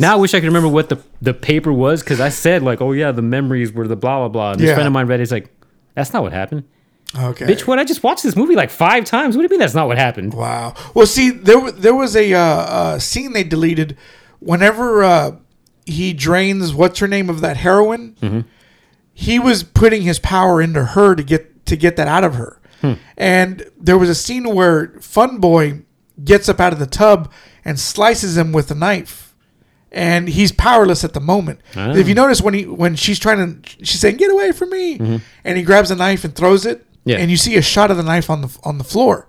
Now I wish I could remember what the the paper was because I said like, oh yeah, the memories were the blah blah blah. And this
Yeah.
friend of mine read it, he's like, that's not what happened.
Okay.
Bitch, what? I just watched this movie like five times. What do you mean that's not what happened?
Wow. Well, see, there wa- there was a uh, uh, scene they deleted whenever uh, he drains what's her name of that heroin. He was putting his power into her to get to get that out of her. And there was a scene where Fun Boy gets up out of the tub and slices him with a knife. And he's powerless at the moment. If you notice when he when she's trying to she's saying get away from me and he grabs a knife and throws it
Yeah.
and you see a shot of the knife on the on the floor.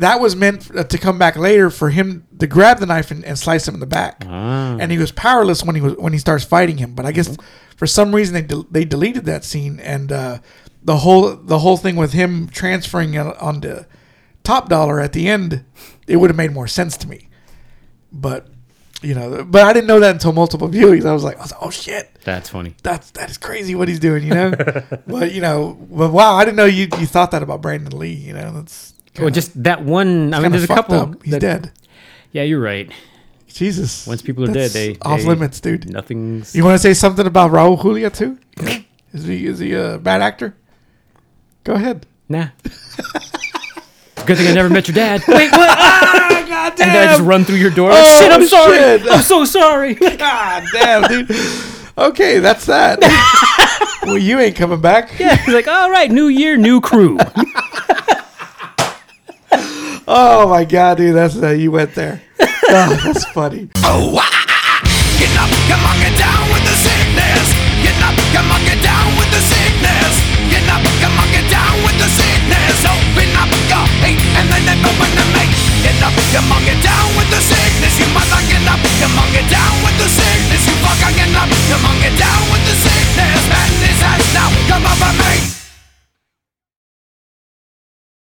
That was meant f- uh, to come back later for him to grab the knife and, and slice him in the back. And he was powerless when he was when he starts fighting him. But I guess for some reason they del they deleted that scene and uh, the whole the whole thing with him transferring on- onto Top Dollar at the end. It would have made more sense to me, but you know, but I didn't know that until multiple viewings. I was like, I was like oh shit
That's funny.
that's that is crazy what he's doing, you know. but you know, but wow, I didn't know you you thought that about Brandon Lee. You know, that's
Well, just that one. I mean,
kinda
there's a
fucked
couple.
Up. He's
that-
dead.
Yeah, you're right.
Jesus.
Once people are
That's
dead, they
off
they-
limits, dude.
Nothing's.
You want to say something about Raul Julia too? Yeah. is he is he a bad actor? Go ahead.
Nah. it's a good thing I never met your dad. Wait, what? Ah!
God
And then I just run through your door. like,
Oh,
shit, I'm sorry.
shit.
I'm so sorry.
God damn, dude. Okay, that's that. well, you ain't coming back.
yeah, he's like, all right, new year, new crew.
Oh my god, dude, that's uh, that you went there. oh, that's funny.
Get up, come on, get down.